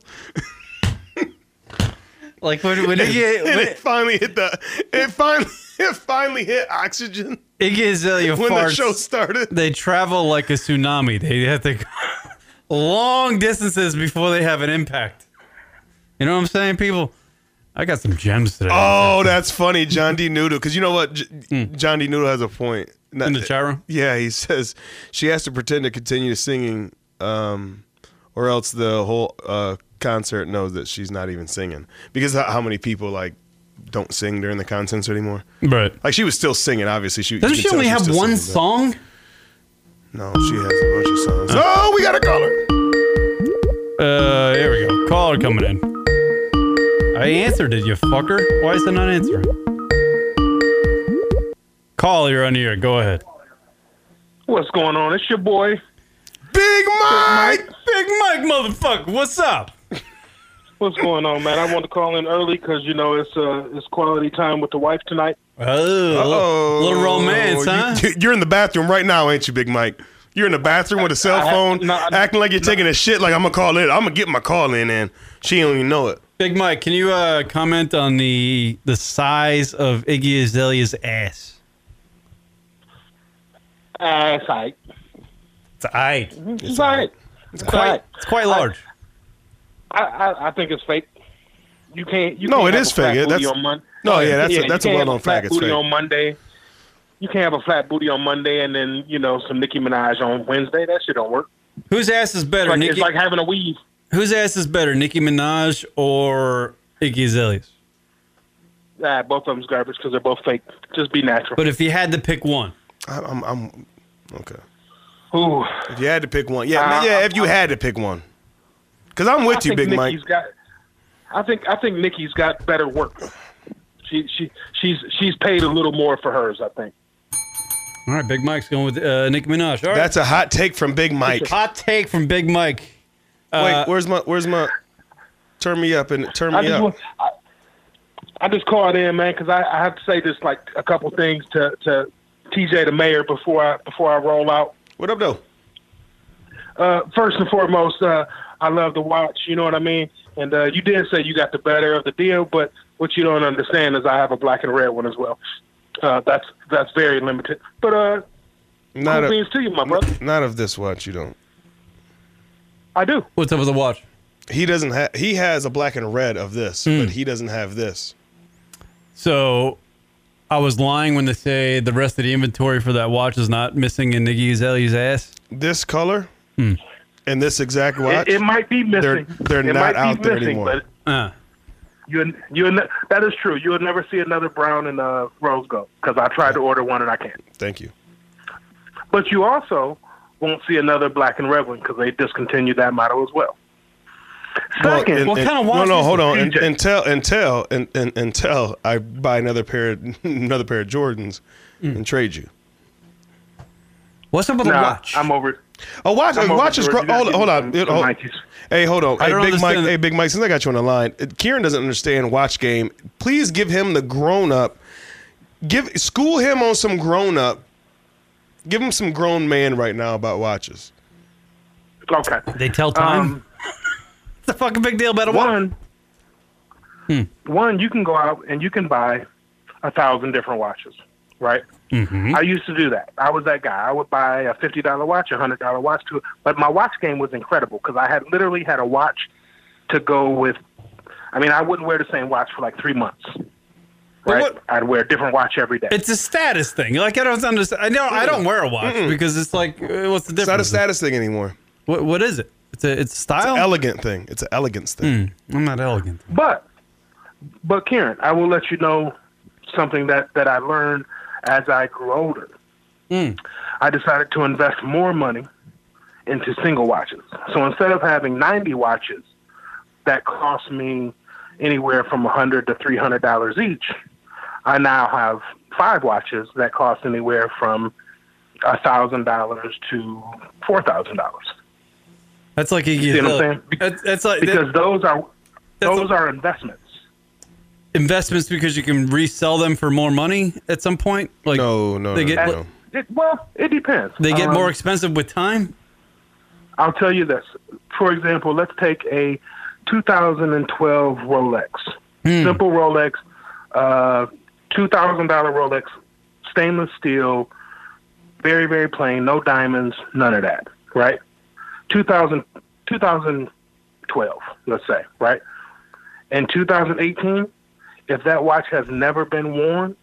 S2: Like when [laughs] when Iggy,
S3: And
S2: when
S3: it finally hit the it finally [laughs] it finally hit oxygen
S2: Iggy Azalea
S3: when the
S2: farts,
S3: show started.
S2: they travel like a tsunami. They have to go long distances before they have an impact. You know what I'm saying, people? I got some gems today.
S3: Oh, that's funny, John D. Noodle. Because you know what? J- John D. Noodle has a point. Not-
S2: Hmm. in the chat room.
S3: Yeah, he [laughs] says she has to pretend to continue singing, um, or else the whole uh, concert knows that she's not even singing. Because how, how many people like don't sing during the concerts anymore?
S2: But
S3: Like she was still singing, obviously. She you
S2: doesn't
S3: can
S2: she
S3: tell
S2: only
S3: was
S2: have
S3: still
S2: one
S3: singing, but-
S2: song?
S3: No, she has a bunch of songs. Oh, we got a caller.
S2: Uh, here we go. Caller coming in. I answered it, you fucker. Why is it not answering? Call, you're on the air. Go ahead.
S8: What's going on? It's your boy.
S3: Big Mike.
S2: Big Mike, motherfucker. What's up?
S8: What's going on, man? I want to call in early because you know it's uh, it's quality time with the wife tonight.
S2: Oh,
S3: Oh,
S2: little romance, huh?
S3: You, you're in the bathroom right now, ain't you, Big Mike? You're in the bathroom with a cell
S8: I- I-
S3: phone,
S8: no, I-
S3: acting like you're taking a shit. Like I'm gonna call in. I'm gonna get my call in, and she don't even know it.
S2: Big Mike, can you uh, comment on the the size of Iggy Azalea's ass?
S8: Ah, it's all right.
S2: It's aight.
S8: It's all right. It's all right.
S2: It's quite large.
S8: I, I I think it's fake. You can't. You
S3: No,
S8: can't
S3: it
S8: have
S3: is
S8: a flat
S3: fake. It-
S8: booty
S3: that's-
S8: on Mon-
S3: No, yeah, that's a-
S8: you
S3: that's a
S8: can't have
S3: well-known
S8: flat
S3: fact. It's
S8: booty
S3: fake.
S8: on Monday. You can't have a flat booty on Monday and then you know some Nicki Minaj on Wednesday. That shit don't work.
S2: Whose ass is better,
S8: Like,
S2: Nicki?
S8: it's like having a weave.
S2: whose ass is better, Nicki Minaj or Iggy Azalea's?
S8: Ah, both of them's garbage because they're both fake. Just be natural.
S2: But if you had to pick one,
S3: I, I'm, I'm okay.
S8: Ooh.
S3: If you had to pick one, yeah,
S8: Uh,
S3: yeah. If you had to pick one, because I'm with
S8: I
S3: you,
S8: think
S3: Big Mike.
S8: Nikki's Got, I think I think Nikki's got better work. She she she's she's paid a little more for hers. I think.
S2: all right, Big Mike's going with uh, Nicki Minaj. All right,
S3: That's a hot take from Big Mike.
S2: hot take from Big Mike. Uh,
S3: Wait, where's my, where's my? Turn me up and turn
S8: I
S3: me
S8: just
S3: up.
S8: want, I, I just called in, man, because I, I have to say this like a couple things to to TJ the mayor before I before I roll out.
S3: What up, though?
S8: Uh, first and foremost, uh, I love to watch. You know what I mean. And uh, you did say you got the better of the deal, but what you don't understand is I have a black and red one as well. Uh, that's that's very limited. But uh,
S3: Not
S8: cool
S3: a,
S8: beans to you, my brother.
S3: Not of this watch, you don't.
S8: I do.
S2: What's up with the watch?
S3: He doesn't have. He has a black and red of this,
S2: Hmm.
S3: but he doesn't have this.
S2: So, I was lying when they say the rest of the inventory for that watch is not missing in Iggy Azalea's ass.
S3: This color
S2: Hmm.
S3: and this exact watch.
S8: It, it might be missing.
S3: They're- they're
S8: It
S3: not
S8: might be
S3: out there
S8: missing,
S3: anymore.
S8: But
S2: Uh,
S8: you, you, that is true. You'll never see another brown and uh, rose gold because I tried to order one and I can't.
S3: Thank you.
S8: But you also won't see another black and red one because they discontinued that model as well.
S3: Well,
S8: Second,
S3: and-
S2: What
S3: and-
S2: kind of watch
S3: No, no,
S2: is
S3: hold
S2: this,
S3: on. And-
S8: TJ?
S3: Until until and- and- until I buy another pair of [laughs] another pair of Jordans
S2: Hmm.
S3: and trade you.
S2: What's up with
S8: nah,
S2: the watch?
S8: I'm over.
S3: Oh, watch,
S8: I'm
S3: uh,
S8: over
S3: watch is
S8: Jordan.
S3: gro-
S8: You gotta
S3: hold,
S8: give
S3: hold
S8: me
S3: on,
S8: some-
S3: It-
S8: some
S3: hold-
S8: Nikes.
S3: Hey, hold on. Hey,
S2: don't
S3: Big Mike.
S2: understand-
S3: Hey, Big Mike. Since I got you on the line, uh, Kieran doesn't understand watch game. Please give him the grown up. Give school him on some grown up. Give him some grown man right now about watches.
S8: Okay.
S2: they tell time.
S8: Um,
S2: it's a fucking big deal about a watch.
S8: one, one, you can go out and you can buy a thousand different watches, right? I used to do that. I was that guy. I would buy a fifty dollar watch, a hundred dollar watch, too. But my watch game was incredible because I had literally had a watch to go with. I mean, I wouldn't wear the same watch for like three months. Right?
S3: what-
S8: I'd wear a different watch every day.
S2: It's a status thing. Like I don't understand. I don't. I don't wear a watch because it's like, uh, what's the difference?
S3: It's not a status thing anymore.
S2: What, what is it? It's a it's a style.
S3: Elegant thing. It's an elegance thing.
S2: I'm not elegant.
S8: But, but Karen, I will let you know something that that I learned as I grew older.
S2: Hmm.
S8: I decided to invest more money into single watches. So instead of having ninety watches that cost me anywhere from a hundred to three hundred dollars each, I now have five watches that cost anywhere from a thousand dollars to four thousand dollars.
S2: That's like a. You
S8: know what I'm saying?
S2: That's, that's like that-
S8: Because those are
S2: That's a-
S8: those are investments.
S2: investments because you can resell them for more money at some point. Like
S3: No, no,
S2: they
S3: no,
S2: get
S3: no,
S2: like,
S3: no.
S8: It, well, it depends.
S2: they get
S8: Um,
S2: more expensive with time.
S8: I'll tell you this. For example, let's take a 2012 Rolex, simple Rolex, uh, two thousand dollar Rolex, stainless steel, very very plain, no diamonds, none of that. Right? 2000, 2012, let's say. Right? In 2018, if that watch has never been worn,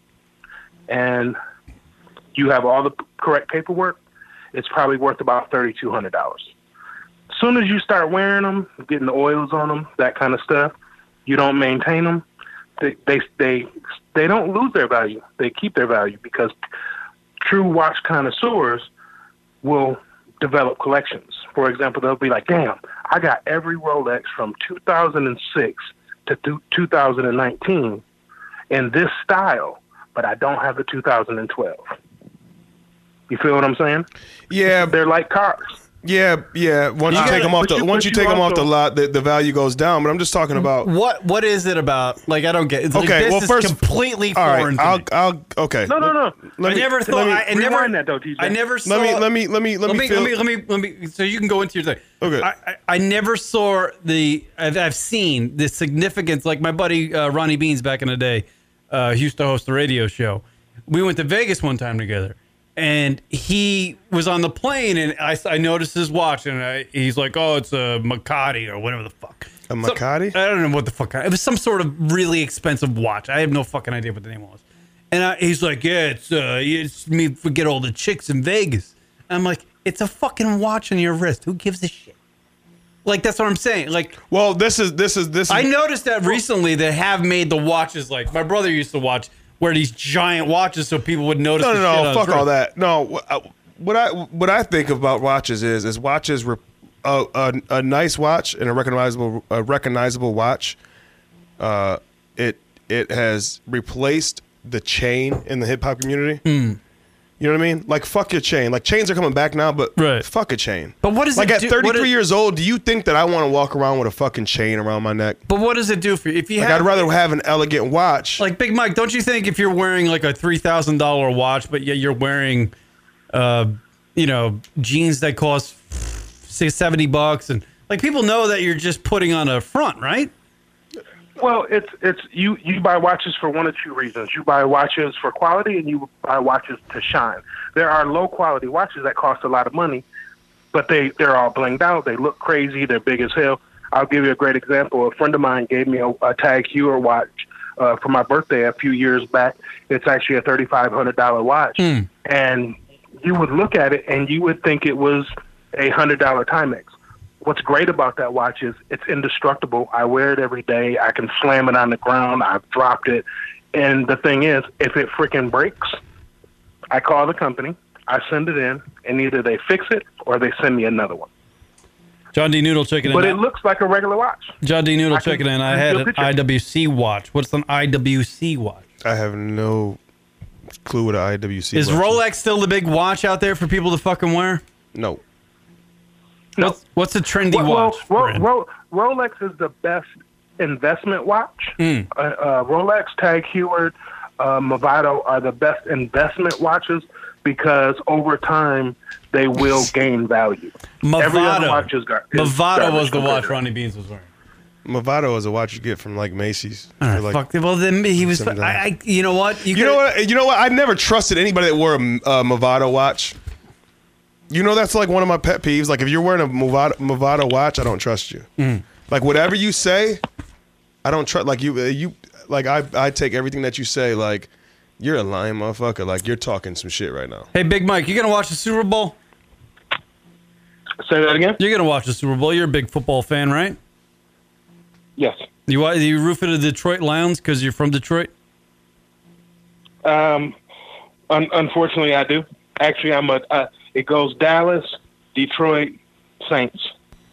S8: and you have all the correct paperwork, it's probably worth about thirty two hundred dollars. Soon as you start wearing them, getting the oils on them, that kind of stuff, you don't maintain them. They they they, they don't lose their value. They keep their value because true watch connoisseurs will develop collections. For example, they'll be like, "Damn, I got every Rolex from 2006 to th- 2019 in this style, but I don't have the 2012." You feel what I'm saying?
S3: Yeah,
S8: They're like cars.
S3: yeah, yeah. Once you,
S8: Uh,
S3: take them off
S8: but
S3: the
S8: you-
S3: once
S8: but
S3: you
S8: you
S3: take them off
S8: also-
S3: the lot, the, the value goes down. But I'm just talking about.
S2: What what is it about? Like I don't get. It's
S3: Okay,
S2: like, this
S3: well,
S2: is
S3: first-
S2: completely
S3: All right,
S2: foreign. to
S3: I'll,
S2: me.
S3: I'll, okay.
S8: No, no, no.
S3: Let
S2: I
S3: me-
S2: never
S3: let
S2: thought.
S3: me-
S2: I, I never.
S8: Rewind that though, DJ.
S2: I never saw.
S3: Let me, let me, let me, let
S2: Let
S3: me,
S2: me,
S3: feel-
S2: let me, let me, let me, so you can go into your thing.
S3: Okay.
S2: I, I, I never saw the, I've, I've seen the significance, like my buddy uh, Ronnie Beans back in the day, uh, he used to host the radio show. We went to Vegas one time together and he was on the plane and I, I noticed his watch and I, he's like, oh, it's a Makati or whatever the fuck.
S3: A
S2: So-
S3: Makati?
S2: I don't know what the fuck. It was some sort of really expensive watch. I have no fucking idea what the name was. And I, he's like, yeah, it's, uh, it's me forget all the chicks in Vegas. I'm like, it's a fucking watch on your wrist. Who gives a shit? Like, that's what I'm saying. Like,
S3: Well, this is this is this. Is,
S2: I noticed that recently they have made the watches like my brother used to watch, wear these giant watches so people would notice.
S3: No,
S2: the shit
S3: no, no.
S2: on
S3: Fuck
S2: his
S3: all
S2: wrist.
S3: that. No. wh- I- What I what I think about watches is is watches. Re- a, a, a nice watch and a recognizable a recognizable watch. Uh, it it has replaced the chain in the hip hop community.
S2: Hmm.
S3: You know what I mean? Like fuck your chain. Like chains are coming back now, but
S2: Right.
S3: fuck a chain.
S2: But what does
S3: like
S2: it
S3: at
S2: do- what
S3: 33
S2: it-
S3: years old? Do you think that I want to walk around with a fucking chain around my neck?
S2: But what does it do for you? If you
S3: Like
S2: have,
S3: I'd rather have an elegant watch.
S2: like Big Mike, don't you think if you're wearing like a three thousand dollar watch, but yet you're wearing, uh, you know, jeans that cost six seventy bucks, and like people know that you're just putting on a front, right?
S8: Well, it's it's you you buy watches for one of two reasons. You buy watches for quality, and you buy watches to shine. There are low quality watches that cost a lot of money, but they they're all blinged out. They look crazy. They're big as hell. I'll give you a great example. A friend of mine gave me a, a Tag Heuer watch uh, for my birthday a few years back. It's actually a thirty five hundred dollar watch, and you would look at it and you would think it was a hundred dollar Timex. What's great about that watch is it's indestructible. I wear it every day. I can slam it on the ground. I've dropped it, and the thing is, if it freaking breaks, I call the company. I send it in, and either they fix it or they send me another one.
S2: John D. Noodle checking in.
S8: But it looks like a regular watch.
S2: John D. Noodle
S8: I can-
S2: checking in. I
S8: I
S2: had
S8: can
S2: an
S8: do a
S2: IWC watch. What's an IWC watch?
S3: I have no clue what an IWC
S2: Is
S3: watch
S2: Rolex still the big watch out there for people to fucking wear?
S3: No.
S2: What's, what's a trendy
S8: Well,
S2: watch?
S8: well,
S2: brand?
S8: Ro- Ro- Rolex is the best investment watch.
S2: Hmm.
S8: Uh, uh, Rolex, Tag Heuer, uh, Movado are the best investment watches because over time
S2: [laughs]
S8: they will gain value. Every other watch is, gar- is
S2: Movado
S8: garbage
S2: was the
S8: compared
S2: watch
S8: to
S2: Ronnie Beans was wearing.
S3: Movado is a watch you get from like Macy's.
S2: All
S3: for,
S2: right,
S3: like-
S2: fuck. Well, then he was. I,
S3: something.
S2: I, you know what?
S3: You know what? You know what? I never trusted anybody that wore a, uh Movado watch. You know that's like one of my pet peeves. Like if you're wearing a Movado, Movado watch, I don't trust you. Like whatever you say, I don't trust. Like you, uh, you, like I, I take everything that you say. Like you're a lying motherfucker. Like you're talking some shit right now.
S2: Hey, Big Mike, you gonna watch the Super Bowl?
S8: it. Say that again?
S2: You're gonna watch the Super Bowl. You're a big football fan, right?
S8: Yes.
S2: You wa- you root for the Detroit Lions because you're from Detroit.
S8: Um, un- unfortunately, I do. Actually, I'm a. Uh, it goes Dallas, Detroit, Saints.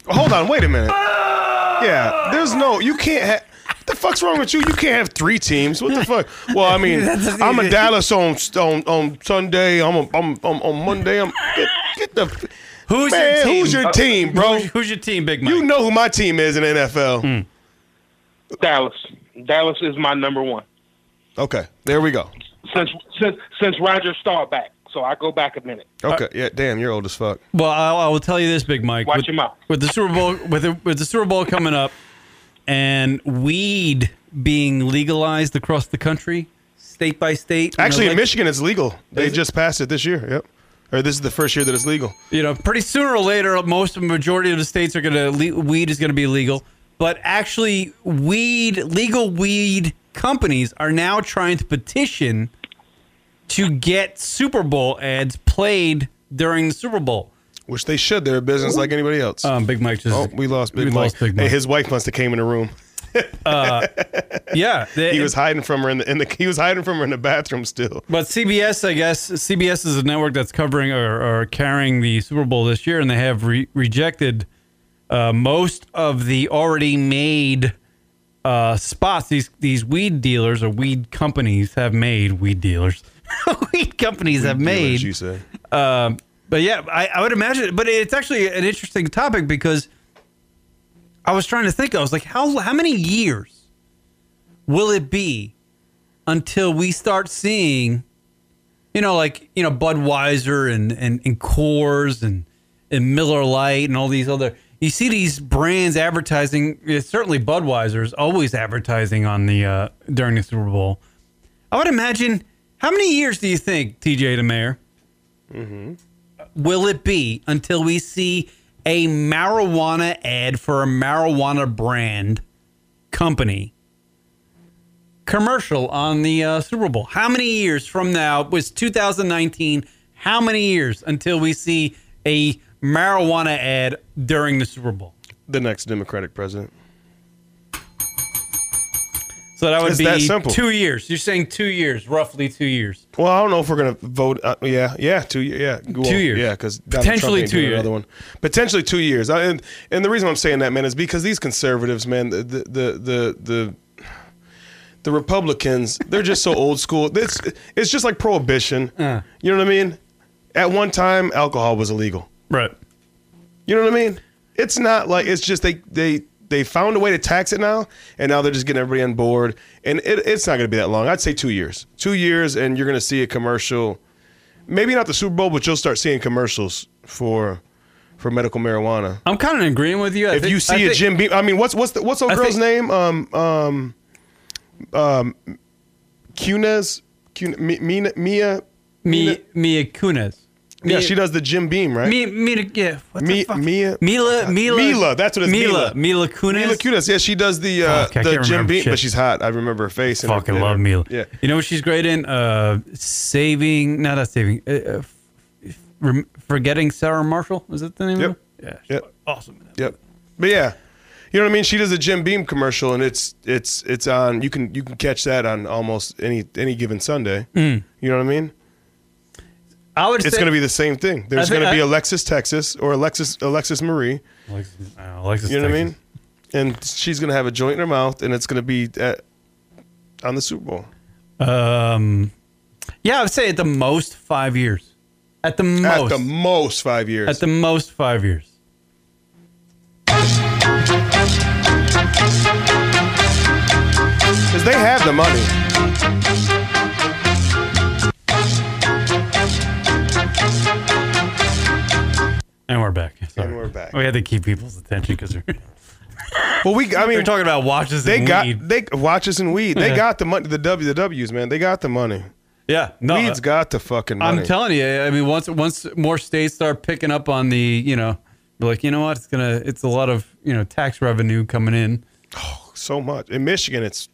S3: Hold on, wait a minute. Yeah, there's no. You can't have. What the fuck's wrong with you? You can't have three teams. What the fuck? Well, I mean, I'm a Dallas on on, on Sunday. I'm a, I'm, I'm on Monday. I'm get, get the
S2: Who's your
S3: man.
S2: team? Uh,
S3: Who's your team, bro?
S2: Who's, who's your team, Big Mike?
S3: You know who my team is in the NFL.
S2: Hmm.
S8: Dallas. Dallas is my number one.
S3: Okay, there we go.
S8: since since since Roger Starr back. So I go back a minute.
S2: Uh,
S3: Okay, yeah. Damn, you're old as fuck.
S2: Well, I, I will tell you this, Big Mike.
S8: Watch
S2: with,
S8: your mouth.
S2: With the Super Bowl, with the, with the Super Bowl coming up, and weed being legalized across the country, state by state. you know,
S3: Actually, in
S2: like-
S3: Michigan, it's legal. They
S2: Is it?
S3: just passed it this year. Yep. Or this is the first year that it's legal.
S2: you know, pretty sooner or later, most of the majority of the states are going to le- weed is going to be legal. But actually, weed legal weed companies are now trying to petition to get Super Bowl ads played during the Super Bowl.
S3: Which they should. They're a business like anybody else.
S2: Um, Big Mike just
S3: oh, we lost Big
S2: we
S3: Mike.
S2: lost Big Mike.
S3: Hey, his wife must have came in the room.
S2: yeah,
S3: [laughs]
S2: they-
S3: He was hiding from her in the, in the he was hiding from her in the bathroom still.
S2: But CBS, I guess CBS is a network that's covering or, or carrying the Super Bowl this year, and they have re- rejected uh, most of the already made uh, spots. These these weed dealers or weed companies have made weed dealers, [laughs] weed companies have made.
S3: As you say.
S2: Um, but yeah, I, I would imagine. But it's actually an interesting topic because I was trying to think. I was like, how how many years will it be until we start seeing, you know, like you know Budweiser and and, and Coors and and Miller Lite and all these other. You see these brands advertising. yeah, Certainly, Budweiser is always advertising on the uh, during the Super Bowl. I would imagine. How many years do you think, TJ the Mayor? will it be until we see a marijuana ad for a marijuana brand company commercial on the uh, Super Bowl? How many years from now was 2019? How many years until we see a marijuana ad during the Super Bowl?
S3: The next Democratic president.
S2: So that would
S3: It's
S2: be
S3: that simple.
S2: two years. You're saying two years, roughly two years.
S3: Well, I don't know if we're gonna vote. Uh, yeah, yeah, two years. Yeah, Well,
S2: Two years.
S3: Yeah, because
S2: Potentially two years.
S3: Another one. Potentially two years. I, and and the reason I'm saying that, man, is because these conservatives, man, the the the the. the the Republicans, they're just so old school. It's, it's just like prohibition.
S2: Uh.
S3: You know what I mean? At one time, alcohol was illegal.
S2: Right.
S3: You know what I mean? It's not like it's just they they they found a way to tax it now, and now they're just getting everybody on board. And it, it's not going to be that long. I'd say two years, two years, and you're going to see a commercial. Maybe not the Super Bowl, but you'll start seeing commercials for for medical marijuana.
S2: I'm kind of agreeing with you. I
S3: If
S2: think-
S3: you
S2: I
S3: see a
S2: think-
S3: Jim Beam, I mean, what's what's the, what's old
S2: I
S3: girl's name?
S2: think-
S3: Um um um, Cunez, Cun- E, Mi- Mina, Mia.
S2: Mi, Mia Kunis.
S3: Yeah,
S2: Mia-
S3: she does the Jim Beam, right?
S2: Mia, Mia, yeah. What
S3: Mi-
S2: the fuck?
S3: Mia-
S2: Mila, Mila,
S3: Mila, that's what it's,
S2: Mila,
S3: Mila.
S2: Mila Kunis.
S3: Mila Kunis, yeah, she does the uh,
S2: Fuck, I
S3: the
S2: can't
S3: Jim
S2: remember
S3: Beam,
S2: shit.
S3: but she's hot. I remember her face. and her-
S2: Fucking
S3: and her-
S2: love Mila.
S3: Yeah,
S2: You know what she's great in? Uh, saving, no, not saving. Uh, uh, f- f- rem- forgetting Sarah Marshall. Is that the name?
S3: Yep.
S2: Of it? Yeah. she's
S3: Yep.
S2: Awesome. in that.
S3: yep. But yeah, you know what I mean. She does a Jim Beam commercial, and it's it's it's on. You can
S2: Mm.
S3: you can catch that on almost any any given Sunday. You know what I mean?
S2: I would
S3: It's
S2: say
S3: going to be the same thing. There's
S2: think
S3: going to be
S2: I-
S3: Alexis Texas or Alexis Alexis Marie.
S2: Alexis, uh, Alexis
S3: You know what I
S2: Texas.
S3: mean? And she's going to have a joint in her mouth, and it's going to be at, on the Super Bowl.
S2: Um, yeah, I would say at the most five years. At the most.
S3: At the most five years.
S2: At the most five years.
S3: Because they have the money.
S2: And we're back. Sorry.
S3: we're back.
S2: We had to keep people's attention because we're, [laughs]
S3: Well, we. I mean,
S2: we're talking about watches.
S3: They
S2: and
S3: got
S2: weed.
S3: they watches and weed. They
S2: Yeah.
S3: got the money. The WWs, man. They got the money.
S2: yeah. No,
S3: Weed's got the fucking money.
S2: Uh, I'm telling you. I mean, once once more states start picking up on the, you know, be like you know what, it's gonna, it's a lot of you know tax revenue coming in.
S3: so much in Michigan. It's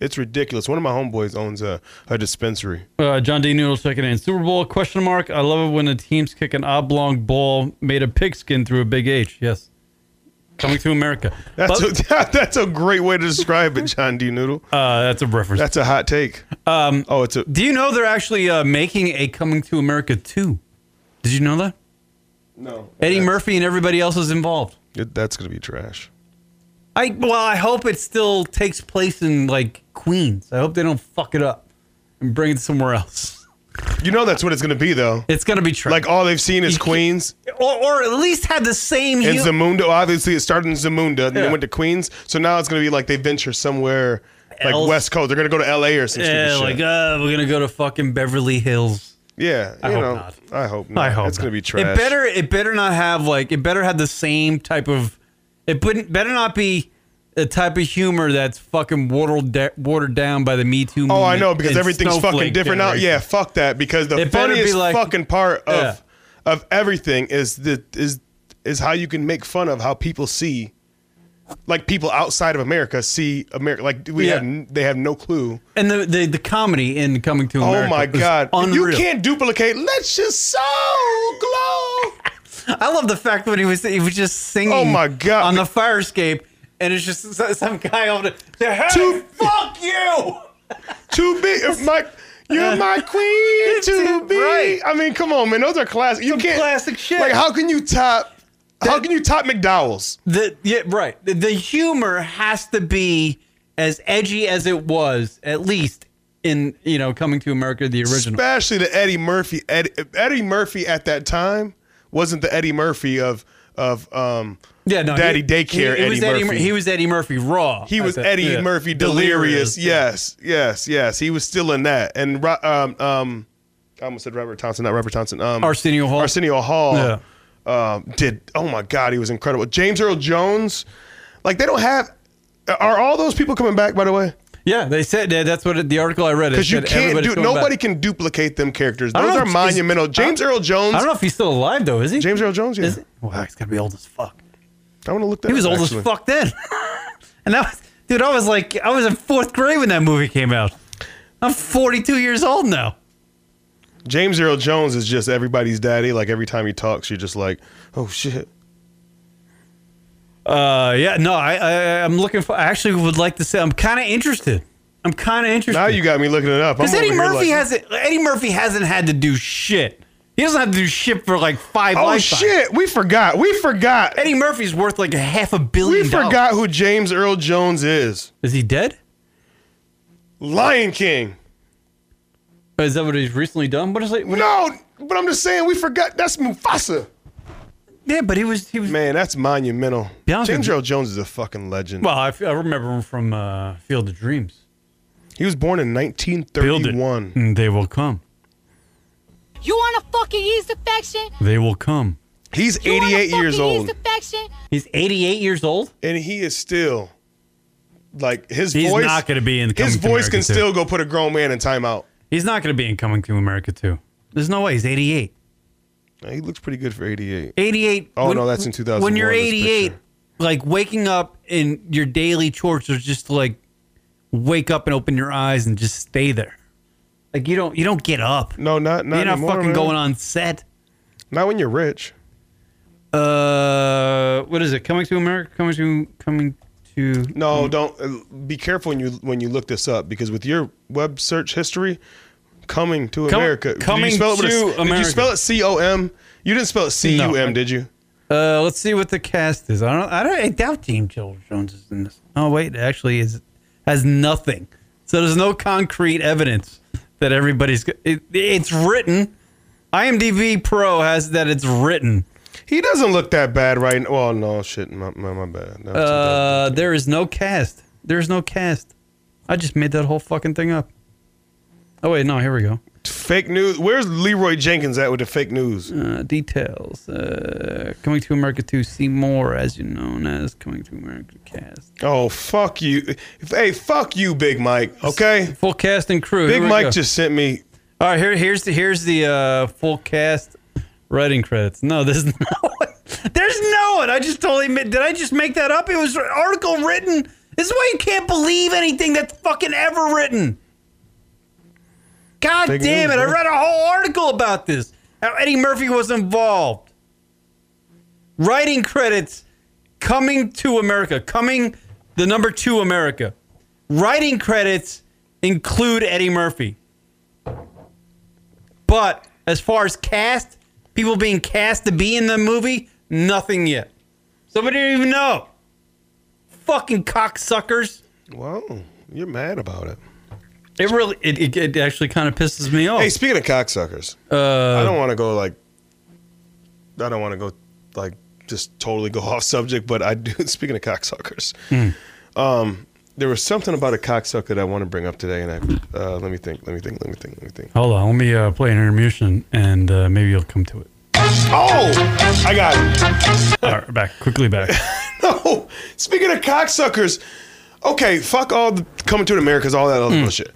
S3: it's ridiculous. One of my homeboys owns a, a dispensary.
S2: Uh, John D. Noodle checking in. Super Bowl question mark. I love it when the teams kick an oblong ball made of pigskin through a big H. Yes, coming to America.
S3: That's
S2: But-
S3: a, [laughs]
S2: [laughs]
S3: that's a great way to describe it, John D. Noodle.
S2: uh, that's a reference.
S3: That's a hot take. Um. Oh, it's a.
S2: Do you know they're actually uh, making a Coming to America 2? Did you know that?
S3: No.
S2: Eddie
S3: that's,
S2: Murphy and everybody else is involved.
S3: it- that's gonna be trash.
S2: I well, I hope it still takes place in like Queens. I hope they don't fuck it up and bring it somewhere else.
S3: You know that's what it's gonna be though.
S2: It's gonna be true.
S3: Like all they've seen is
S2: You can't-
S3: Queens
S2: or, or at least have the same.
S3: and
S2: hu-
S3: Zamunda. Obviously, it started in Zamunda, and then
S2: Yeah.
S3: it went to Queens. So now it's gonna be like they venture somewhere like
S2: Else.
S3: West Coast. They're gonna go to L.A. or some
S2: yeah,
S3: stupid shit.
S2: like uh, we're gonna go to fucking Beverly Hills.
S3: Yeah, you
S2: hope
S3: know,
S2: not.
S3: I hope not.
S2: I hope
S3: it's
S2: not.
S3: gonna be trash.
S2: It better it better not have like it better have the same type of it wouldn't better not be the type of humor that's fucking watered da- watered down by the Me Too.
S3: Oh, I
S2: movement
S3: know because
S2: and
S3: everything's fucking
S2: snowflake
S3: different now.
S2: generation.
S3: Yeah, fuck that. Because the
S2: It better be
S3: funniest
S2: like-
S3: fucking part of
S2: Yeah.
S3: of everything is the is is how you can make fun of how people see, like people outside of America see America. Like we
S2: Yeah.
S3: have n- they have no clue.
S2: and the, the the comedy in Coming to America.
S3: oh my
S2: is
S3: god,
S2: unreal.
S3: you can't duplicate. Let your soul
S2: [laughs]
S3: glow.
S2: I love the fact when he was he was just singing.
S3: Oh my God.
S2: On the fire escape, and it's just so- some guy over there. Hey,
S3: Two-
S2: fuck you.
S3: Too big, if my.
S2: [laughs]
S3: You're my queen to be.
S2: Right.
S3: I mean, come on, man. Those are classic. You can't
S2: classic shit.
S3: Like, how can you top? how can you top McDowell's?
S2: The yeah right. The, the humor has to be as edgy as it was, at least in you know coming to America the original.
S3: especially the Eddie Murphy. Eddie, Eddie Murphy at that time wasn't the Eddie Murphy of of um.
S2: yeah, no,
S3: Daddy Daycare
S2: He, he was
S3: Eddie
S2: Mur-
S3: Murphy.
S2: he was Eddie Murphy raw.
S3: He
S2: I
S3: was
S2: thought,
S3: Eddie
S2: yeah.
S3: Murphy delirious.
S2: yeah.
S3: Yes, yes, yes. He was still in that. And Ro- um um, I almost said Robert Thompson, not Robert Thompson. Um,
S2: Arsenio Hall.
S3: Arsenio Hall.
S2: Yeah.
S3: Um, did oh my god, he was incredible. James Earl Jones, like they don't have. Are all those people coming back? By the way,
S2: Yeah, they said that. That's what it- the article I read. it
S3: because you
S2: said
S3: can't
S2: everybody's
S3: do.
S2: going back.
S3: Nobody can duplicate them characters.
S2: I don't
S3: Those
S2: know
S3: are
S2: if- is-
S3: monumental.
S2: I-
S3: James Earl Jones.
S2: I don't know if he's still alive though. Is he?
S3: James Earl Jones. Yeah.
S2: Is he? Wow, he's gotta be old as fuck.
S3: I want to look that.
S2: He was
S3: up,
S2: old
S3: actually.
S2: as fuck then. [laughs] and that was, dude, I was like, I was in fourth grade when that movie came out. I'm 42 years old now.
S3: James Earl Jones is just everybody's daddy. Like every time he talks, you're just like, oh shit.
S2: Uh, yeah, no, I, I I'm looking for. I actually would like to say I'm kind of interested. I'm kind of interested.
S3: Now you got me looking it up. I'm
S2: because Eddie
S3: over here
S2: Murphy
S3: like,
S2: hasn't Eddie Murphy hasn't had to do shit. He doesn't have to do shit for like five.
S3: Oh
S2: lifetimes.
S3: shit, we forgot. We forgot.
S2: Eddie Murphy's worth like a half a billion.
S3: We
S2: dollars.
S3: forgot who James Earl Jones is.
S2: Is he dead?
S3: Lion King.
S2: Is that what he's recently done? What is it? What
S3: No, but I'm just saying we forgot. That's Mufasa.
S2: yeah, but he was he was.
S3: Man, that's monumental.
S2: Be honest
S3: James
S2: with you-
S3: Earl Jones is a fucking legend.
S2: Well, I, f- I remember him from uh, Field of Dreams.
S3: He was born in
S2: Build Mm.
S3: 1931.
S2: it, and Hmm, they will come.
S7: You want a fucking yeast infection?
S2: They will come.
S3: He's
S7: You want a
S3: 88 years
S7: fucking
S3: old,
S7: Yeast infection?
S2: He's 88 years old.
S3: and he is still like his
S2: He's
S3: voice.
S2: not gonna be in
S3: his
S2: Coming to
S3: voice
S2: America
S3: can
S2: too.
S3: still go put a grown man in timeout.
S2: He's not going to be in Coming to America too. There's no way. He's 88.
S3: He looks pretty good for 88.
S2: 88.
S3: Oh, no, that's in 2001,
S2: When you're
S3: this
S2: 88,
S3: picture.
S2: like waking up and your daily chores are just to, like wake up and open your eyes and just stay there. Like you don't you don't get up.
S3: No, not not
S2: you're not
S3: anymore,
S2: fucking
S3: man.
S2: going on set.
S3: Not when you're rich.
S2: Uh, what is it? Coming to America? Coming to coming to?
S9: Hmm.
S3: No, don't uh, be careful when you when you look this up because with your web search history, Coming to
S9: Com-
S3: America. Did you
S9: Coming
S3: spell it with a-
S9: to
S3: Did you
S9: America.
S3: spell it C O M? You didn't spell it C U M, did you?
S2: Uh, let's see what the cast is. I don't. I don't. I doubt James Earl Jones is in this. Oh wait, it actually is has nothing. So there's no concrete evidence that everybody's. go- It, it's written. IMDb Pro has that it's written.
S3: He doesn't look that bad right now. Well, no, shit. My, my, my bad. No, it's okay.
S2: Uh, there is no cast. There is no cast. I just made that whole fucking thing up. Oh wait, no. Here we go.
S3: fake news. Where's Leroy Jenkins at with the fake news?
S9: Hmm.
S2: Uh, details. Uh, coming to America 2. See more, as you known as Coming to America cast.
S3: Oh, fuck you. Hey, fuck you, Big Mike. Okay?
S2: Full cast and crew.
S3: Big
S2: Here we
S3: Mike
S2: go.
S3: just sent me.
S2: All right, here, here's the here's the uh, full cast writing credits. No, [laughs] there's no one. There's no one. I just totally mi- did. I just make that up. It was an article written. This is why you can't believe anything that's fucking ever written. God
S3: Big
S2: damn
S3: news,
S2: it! I
S3: huh?
S2: read a whole article about this. How Eddie Murphy was involved. Writing credits, coming to America, coming the number two America. Writing credits include Eddie Murphy. But as far as cast, people being cast to be in the movie, nothing yet. Somebody didn't even know. Fucking cocksuckers.
S3: Wow. You're mad about it.
S2: It really, it, it, it actually kind of pisses me off.
S3: Hey, speaking of cocksuckers, I don't want to go like, I don't want to go like just totally go [laughs] off subject, but I do. [laughs] Speaking of cocksuckers, um, there was something about a cocksucker that I want to bring up today, and I uh, let me think, let me think, let me think, let me think.
S2: Hold on, let me uh, play an intermission and uh, maybe you'll come [laughs] to it.
S3: Oh, I got it.
S2: All right, back, quickly back.
S3: [laughs] No. Speaking of cocksuckers, okay, fuck all the coming to America's, all that other
S2: Hmm.
S3: bullshit.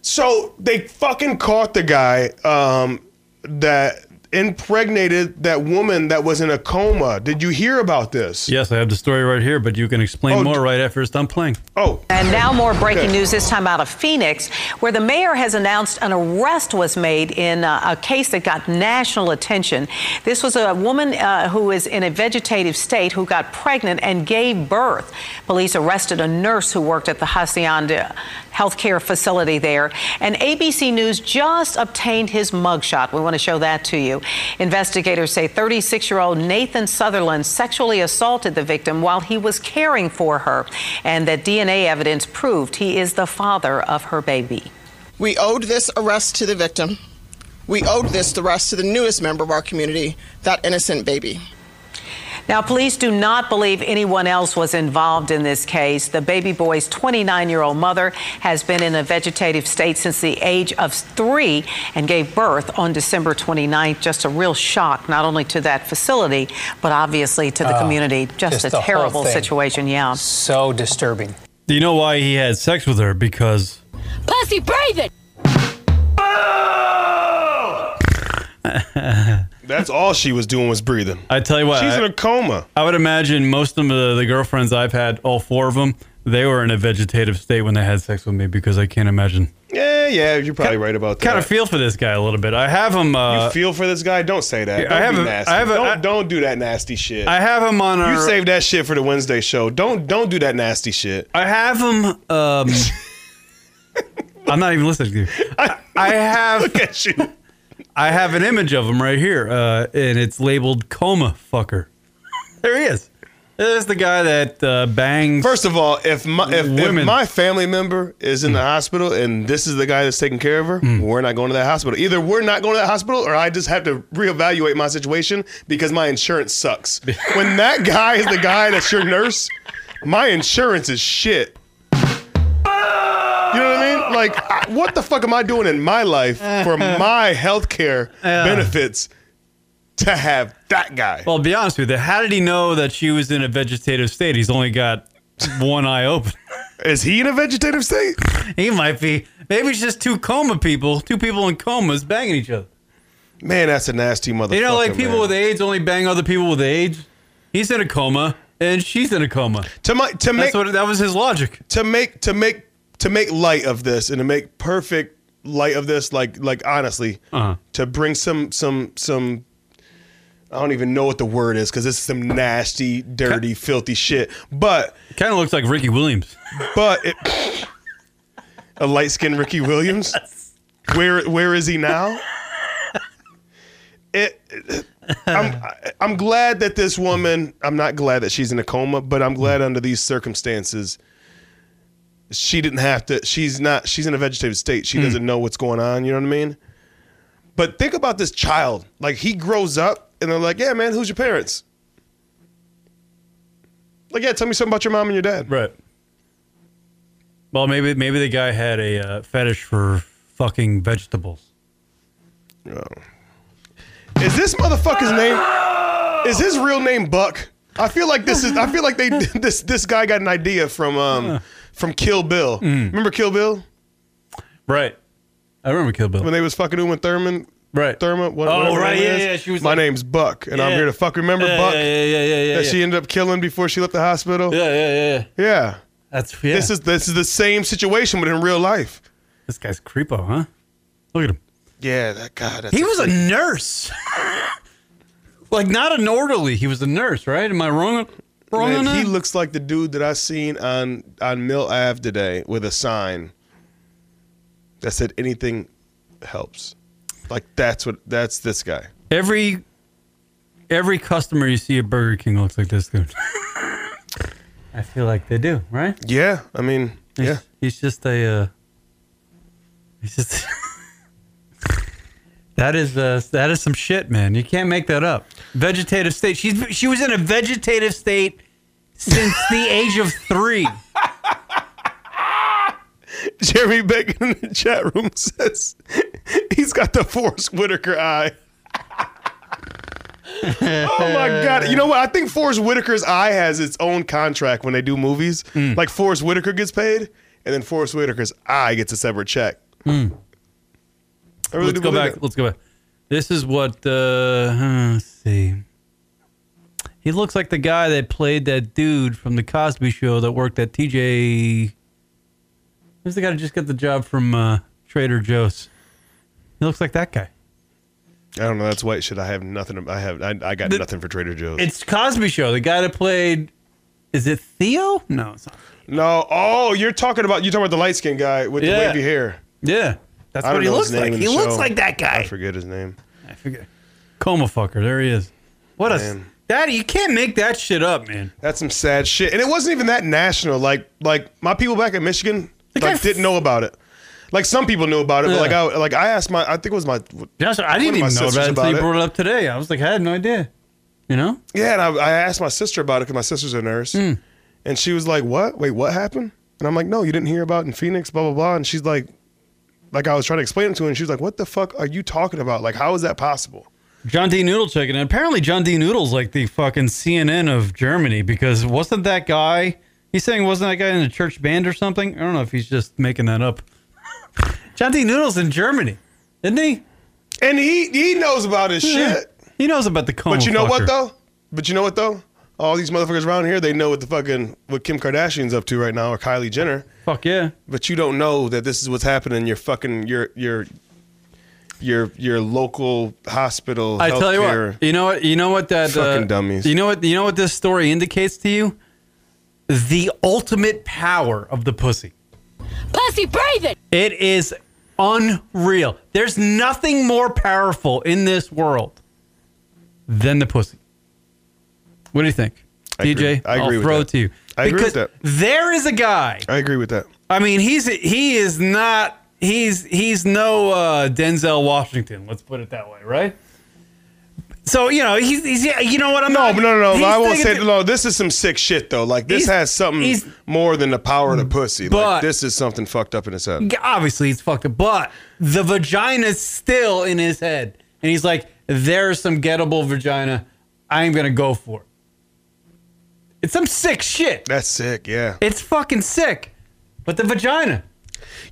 S3: So they fucking caught the guy um, that impregnated that woman that was in a coma. Did you hear about this?
S2: yes, I have the story right here, but you can explain
S3: Oh,
S2: more
S3: d-
S2: right after it's done playing.
S3: Oh,
S10: And now more breaking
S3: Okay.
S10: news, this time out of Phoenix, where the mayor has announced an arrest was made in uh, a case that got national attention. This was a woman uh, who is in a vegetative state who got pregnant and gave birth. Police arrested a nurse who worked at the Hacienda healthcare facility there. And ABC News just obtained his mugshot. We want to show that to you. Investigators say 36 year old Nathan Sutherland sexually assaulted the victim while he was caring for her, and that DNA evidence proved he is the father of her baby.
S6: We owed this arrest to the victim. We owed this the arrest to the newest member of our community, that innocent baby.
S10: Now, police do not believe anyone else was involved in this case. The baby boy's 29 year old mother has been in a vegetative state since the age of three and gave birth on December 29th. Just a real shock, not only to that facility, but obviously to the community. Just,
S5: just the
S10: a
S5: whole
S10: terrible
S5: thing.
S10: situation, yeah.
S5: So disturbing.
S2: Do you know why he had sex with her? Because
S7: Pussy breathing.
S3: that's all she was doing was breathing.
S2: I tell you what,
S3: She's
S2: I-
S3: in a coma.
S2: I would imagine most of the, the girlfriends I've had, all four of them, they were in a vegetative state when they had sex with me because I can't imagine.
S3: Yeah, yeah, you're probably right about that.
S2: Kind of feel for this guy a little bit. I have him. Uh,
S3: you feel for this guy? Don't say that.
S2: Yeah,
S3: Don't
S2: I have
S3: be
S2: a-
S3: nasty.
S2: I have a-
S3: don't,
S2: I-
S3: don't do that nasty shit.
S2: I have him on our.
S3: you save that shit for the Wednesday show. Don't don't do that nasty shit.
S2: I have him. Um, I'm not even listening to you. I,
S3: [laughs]
S2: I
S3: Look
S2: have.
S3: at you.
S2: I have an image of him right here, uh, and it's labeled "coma fucker." There he is. There's the guy that uh, bangs.
S3: First of all, if my if, if
S2: Women. Mm.
S3: my family member is in the hospital and this is the guy that's taking care of her, we're not going to that hospital. Either we're not going to that hospital, or I just have to reevaluate my situation because my insurance
S2: [laughs]
S3: sucks. when that guy is the guy that's your nurse, my insurance is shit. You know what I mean? Like, I- what the fuck am I doing in my life
S2: [laughs]
S3: for my health care benefits to have that guy?
S2: Well, to be honest with you, how did he know that she was in a vegetative state? He's only got one eye open. [laughs]
S3: Is he in a vegetative state?
S2: He might be. Maybe it's just two coma people, two people in comas banging each other.
S3: Man, that's a nasty motherfucker.
S2: You know, like people
S3: man.
S2: with AIDS only bang other people with AIDS. He's in a coma and she's in a coma.
S3: To my to
S2: That's
S3: make
S2: what that was his logic.
S3: to make to make to make light of this and to make perfect light of this like like honestly
S2: Uh-huh.
S3: to bring some some some I don't even know what the word is because this is some nasty, dirty, filthy shit. But
S2: Kind of looks like Ricky Williams.
S3: but it, a light skinned Ricky Williams. Where where is he now? It, I'm I'm glad that this woman. I'm not glad that she's in a coma, but I'm glad under these circumstances, she didn't have to. She's not. She's in a vegetative state. She doesn't know what's going on. You know what I mean? But think about this child. Like he grows up, and they're like, "Yeah, man, who's your parents?" Like, yeah, tell me something about your mom and your dad.
S2: Right. Well, maybe maybe the guy had a uh, fetish for fucking vegetables.
S3: Is this motherfucker's name? Is his real name Buck? I feel like this is. I feel
S2: [laughs]
S3: like they [laughs] this this guy got an idea from um from Kill Bill.
S2: Mm.
S3: Remember Kill Bill
S2: Right. I remember Kill Bill.
S3: when they was fucking Uma Thurman?
S2: Right.
S3: Thurma. What,
S2: Oh,
S3: whatever her
S2: right,
S3: name
S2: yeah,
S3: is.
S2: yeah, she was
S3: My
S2: like-
S3: name's Buck, and I'm
S2: Yeah.
S3: here to fuck. Remember
S2: yeah,
S3: Buck
S2: yeah, yeah, yeah, yeah,
S3: that
S2: yeah.
S3: she ended up killing before she left the hospital?
S2: yeah, yeah, yeah.
S3: Yeah.
S2: That's yeah.
S3: This is this is the same situation, but in real life.
S2: this guy's creepo, huh? Look at him.
S3: Yeah, that guy. That's
S2: He was a nurse. [laughs] like not an orderly. He was a nurse, right? Am I wrong? Wrong on
S3: Man,
S2: that?
S3: he looks like the dude that I seen on on Mill Ave today with a sign that said anything helps. Like that's what that's this guy.
S2: every every customer you see at Burger King looks like this dude. [laughs] I feel like they do, right?
S3: Yeah, I mean,
S2: He's,
S3: yeah.
S2: He's just a. Uh, he's just. [laughs] that is uh, that is some shit, man. You can't make that up. Vegetative state. She's she was in a vegetative state since the age of three.
S3: [laughs] Jeremy Bacon in the chat room [laughs] says he's got the Forrest Whitaker eye. [laughs] oh my god! You know what? I think Forrest Whitaker's eye has its own contract when they do movies.
S2: Hmm.
S3: Like Forrest Whitaker gets paid, and then Forrest Whitaker's eye gets a separate check. I really
S2: Hmm. Let's
S3: do
S2: go
S3: believe
S2: back.
S3: it.
S2: Let's go back. This is what. Uh, huh, let's see. He looks like the guy that played that dude from the Cosby Show that worked at TJ. Who's the guy that just got the job from uh, Trader Joe's? He looks like that guy.
S3: I don't know. That's white shit. I have nothing. I have. I, I got
S2: The-
S3: nothing for Trader Joe's.
S2: It's Cosby Show. The guy that played. Is it Theo? No, it's not.
S3: no. Oh, you're talking about you are talking about the light skinned guy with
S2: Yeah.
S3: the wavy hair.
S2: Yeah, that's
S3: I
S2: what
S3: don't
S2: he
S3: know
S2: looks
S3: his name
S2: like.
S3: in
S2: He
S3: the
S2: looks
S3: show.
S2: like that guy.
S3: I forget his name.
S2: I forget. Coma fucker. There he is. What a
S3: Man.
S2: daddy! You can't make that shit up, man.
S3: That's some sad shit. And it wasn't even that national. Like like my people back in Michigan
S2: The guy
S3: like
S2: f-
S3: didn't know about it. Like some people knew about it, but like
S2: Yeah.
S3: I like I asked my I think it was my
S2: That's I didn't
S3: One
S2: even
S3: of my
S2: know about
S3: sisters
S2: it until
S3: about
S2: you
S3: it.
S2: brought it up today. I was like, I had no idea. You know?
S3: yeah, and I, I asked my sister about it because my sister's a nurse, and she was like, "What? Wait, what happened?" And I'm like, "No, you didn't hear about it in Phoenix, blah blah blah." And she's like, like I was trying to explain it to her, and she was like, "What the fuck are you talking about? Like, how is that possible?"
S2: John D. Noodle checking in. Apparently, John D. Noodle's like the fucking CNN of Germany because wasn't that guy? He's saying wasn't that guy in a church band or something? I don't know if he's just making that up. [laughs] John D. Noodle's in Germany, isn't he?
S3: And he he knows about his
S2: Yeah.
S3: shit.
S2: He knows about the coma.
S3: But you know
S2: fucker.
S3: what though? But you know what though? All these motherfuckers around here, they know what the fucking what Kim Kardashian's up to right now or Kylie Jenner.
S2: Fuck yeah.
S3: But you don't know that this is what's happening in your fucking your your your your local hospital.
S2: I tell you
S3: healthcare.
S2: what. You know what? You know what that
S3: Fucking
S2: uh,
S3: dummies.
S2: You know what? You know what this story indicates to you? The ultimate power of the pussy.
S7: Pussy breathing.
S2: It is unreal. There's nothing more powerful in this world than the pussy. What do you think?
S3: I
S2: DJ,
S3: agree- I agree
S2: will
S3: with
S2: throw
S3: that.
S2: it to you.
S3: I agree
S2: because
S3: with that.
S2: There is a guy.
S3: I agree with that.
S2: I mean, he's he is not he's he's no uh, Denzel Washington. Let's put it that way, right? So you know he's, he's yeah, you know what I'm
S3: No,
S2: not,
S3: but no, no, no.
S2: he's
S3: I won't say
S2: thinking-
S3: no. This is some sick shit though. Like this
S2: He's-
S3: has something
S2: he's-
S3: more than the power of the pussy.
S2: But-
S3: like this is something fucked up in his head.
S2: obviously he's fucked up, but the vagina's still in his head. And he's like, there's some gettable vagina. I'm going to go for it. It's some sick shit.
S3: That's sick. Yeah.
S2: It's fucking sick. But the vagina.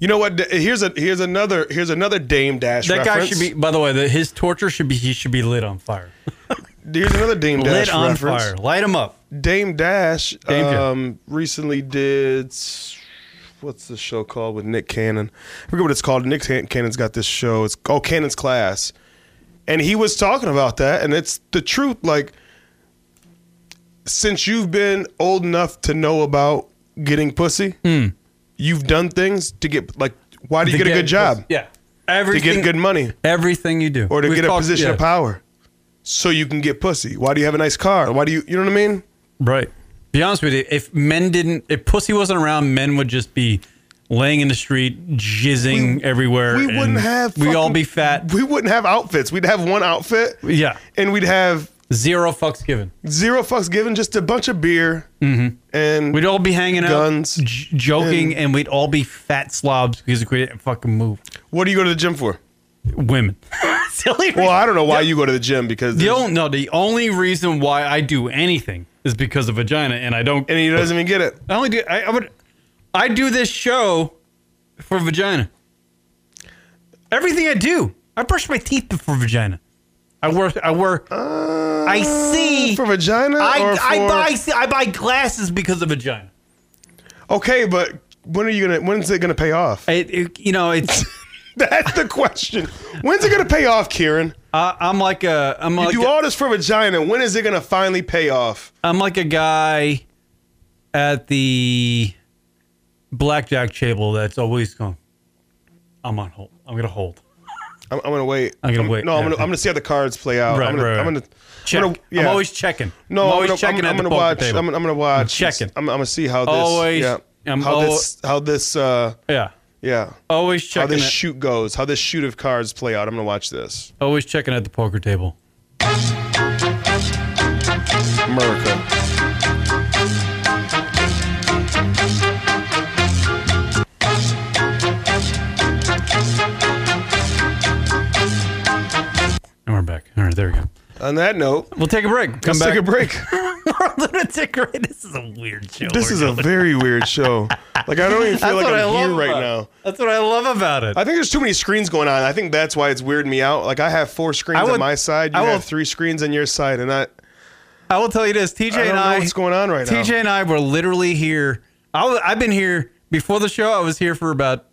S3: You know what? Here's a here's another here's another Dame Dash.
S2: That guy
S3: reference.
S2: should be, by the way, the, his torture should be, he should be lit on fire.
S3: Here's another Dame Dash
S2: lit on
S3: reference.
S2: fire. Light him up.
S3: Dame Dash
S2: Dame Dash.
S3: um, recently did s- what's the show called with Nick Cannon? I forget what it's called. Nick Can- Cannon's got this show. It's oh Cannon's Class, and he was talking about that, and it's the truth. Like since you've been old enough to know about getting pussy, you've done things to get like. Why do you
S2: Hmm. To
S3: get a good job?
S2: Yeah.
S3: to
S2: Everything,
S3: get good money
S2: everything you do,
S3: or to
S2: We've
S3: get a
S2: talked-
S3: position
S2: yeah.
S3: of power so you can get pussy. Why do you have a nice car? Why do you, you know what I mean?
S2: Right. Be honest with you, if men didn't, if pussy wasn't around, men would just be laying in the street, jizzing everywhere.
S3: We wouldn't
S2: and
S3: have.
S2: We all
S3: fucking-
S2: be fat.
S3: We wouldn't have outfits. We'd have one outfit.
S2: Yeah.
S3: And we'd have
S2: Zero fucks given.
S3: zero fucks given, just a bunch of beer.
S2: Mm-hmm.
S3: And
S2: We'd all be hanging
S3: Guns,
S2: out, j- joking, and, we'd all be fat slobs because we didn't fucking move.
S3: what do you go to the gym for?
S2: [laughs] Women. Silly.
S3: Well, I don't know why you go to the gym because
S2: The
S3: there's-
S2: only, no, the only reason why I do anything is because of vagina, and I don't.
S3: and he doesn't even get it.
S2: I only do. I, I would. I do this show for vagina. Everything I do, I brush my teeth before vagina. I work. I work. I see.
S3: Uh, For vagina?
S2: I,
S3: or
S2: I
S3: for-
S2: buy. I buy glasses because of vagina.
S3: Okay, but when are you gonna? When's it gonna pay off? [laughs]
S2: It, it- you know, it's.
S3: That's the question. When's it gonna pay off, Kieran?
S2: I, I'm like a. I'm
S3: You
S2: like.
S3: do
S2: a,
S3: all this for vagina. When is it gonna finally pay off?
S2: I'm like a guy at the blackjack table that's always going. I'm on hold. I'm gonna hold.
S3: I'm, I'm gonna wait.
S2: I'm gonna wait,
S3: No, I'm
S2: yeah.
S3: gonna. I'm gonna see how the cards play out.
S2: Right,
S3: I'm gonna,
S2: right,
S3: I'm
S2: right.
S3: gonna.
S2: Check.
S3: I'm,
S2: I'm,
S3: gonna, yeah.
S2: always checking.
S3: No,
S2: I'm
S3: I'm,
S2: always
S3: gonna,
S2: checking
S3: I'm,
S2: at
S3: I'm
S2: the
S3: gonna
S2: poker
S3: watch.
S2: table.
S3: I'm, I'm gonna watch.
S2: checking.
S3: I'm, I'm gonna see how this.
S2: Always-
S3: Yeah.
S2: I'm
S3: how
S2: al-
S3: this. How this. Uh.
S2: yeah,
S3: Yeah.
S2: always
S3: How
S2: checking.
S3: this
S2: at,
S3: shoot goes. How this shoot of cards play out. I'm gonna watch this.
S2: always checking at the poker table.
S3: America.
S2: And we're back. All right, there we go.
S3: On that note,
S2: We'll take a break. Come
S3: let's
S2: back.
S3: take a break.
S2: [laughs] We're lunatic. Right? This is a weird show.
S3: [laughs] This is a very weird show. Like I don't even feel like I'm here right now.
S2: That's what I love about it.
S3: I think there's too many screens going on. I think that's why it's weirding me out. Like I have four screens
S2: I
S3: on
S2: would-
S3: my side. You
S2: I will-
S3: have three screens on your side, and I
S2: I will tell you this, TJ
S3: I don't
S2: and
S3: know
S2: I.
S3: what's going on right now.
S2: TJ and I were literally here. I was, I've been here before the show. I was here for about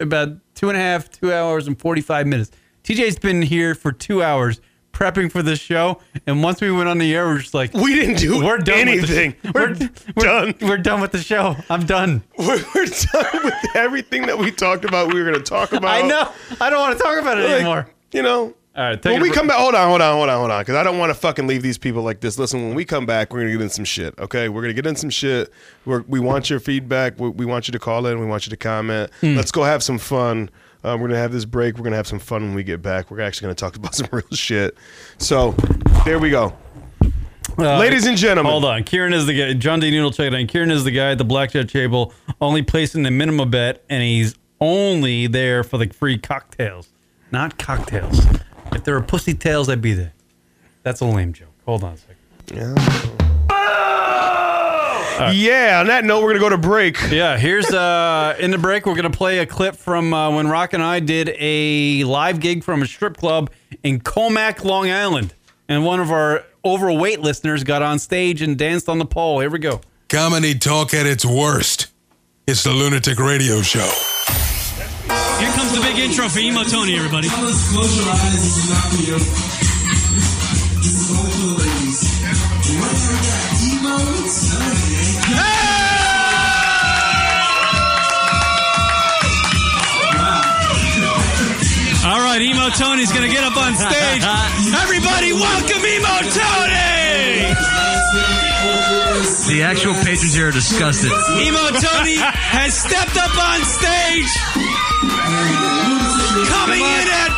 S2: about two and a half, two hours and forty five minutes. TJ's been here for two hours prepping for this show, and once we went on the air, we we're just like,
S3: we didn't do
S2: we're done [laughs]
S3: anything.
S2: With the,
S3: We're, done.
S2: We're done with the show. I'm done.
S3: [laughs] We're, we're done with everything that we talked about. We were going to talk about.
S2: [laughs] I know. I don't want to talk about it
S3: Like,
S2: anymore.
S3: You know.
S2: All right, take
S3: When
S2: it
S3: we
S2: a-
S3: come back, hold on, hold on, hold on, hold on, because I don't want to fucking leave these people like this. Listen, when we come back, we're gonna get in some shit. Okay, we're gonna get in some shit. We're, we want your feedback. We, we want you to call in. We want you to comment.
S2: Hmm.
S3: Let's go have some fun. Um, we're gonna have this break. We're gonna have some fun when we get back. We're actually gonna talk [laughs] about some real shit. So there we go,
S2: Uh,
S3: ladies and gentlemen.
S2: Hold on. Kieran is the guy. John D. Noodle, check it out. Kieran is the guy at the blackjack table, only placing the minimum bet, and he's only there for the free cocktails, not cocktails. If there were pussy tails, I'd be there. That's a lame joke. Hold on a second.
S3: Yeah. On that note, we're gonna go to break.
S2: Yeah, here's uh in the break we're gonna play a clip from uh, when Rock and I did a live gig from a strip club in Comac, Long Island, and one of our overweight listeners got on stage and danced on the pole. Here we go.
S9: Comedy talk at its worst. It's the Lunatic Radio Show.
S11: Here comes the big intro for Emo Tony, everybody.
S9: Close your eyes, this is not for you. This is only for the ladies. Once I got emo, it's
S11: All right, Emo Tony's gonna get up on
S9: [laughs]
S11: stage. Everybody, welcome Emo Tony!
S9: The actual patrons here are disgusted.
S11: Emo Tony has stepped up on stage, coming in at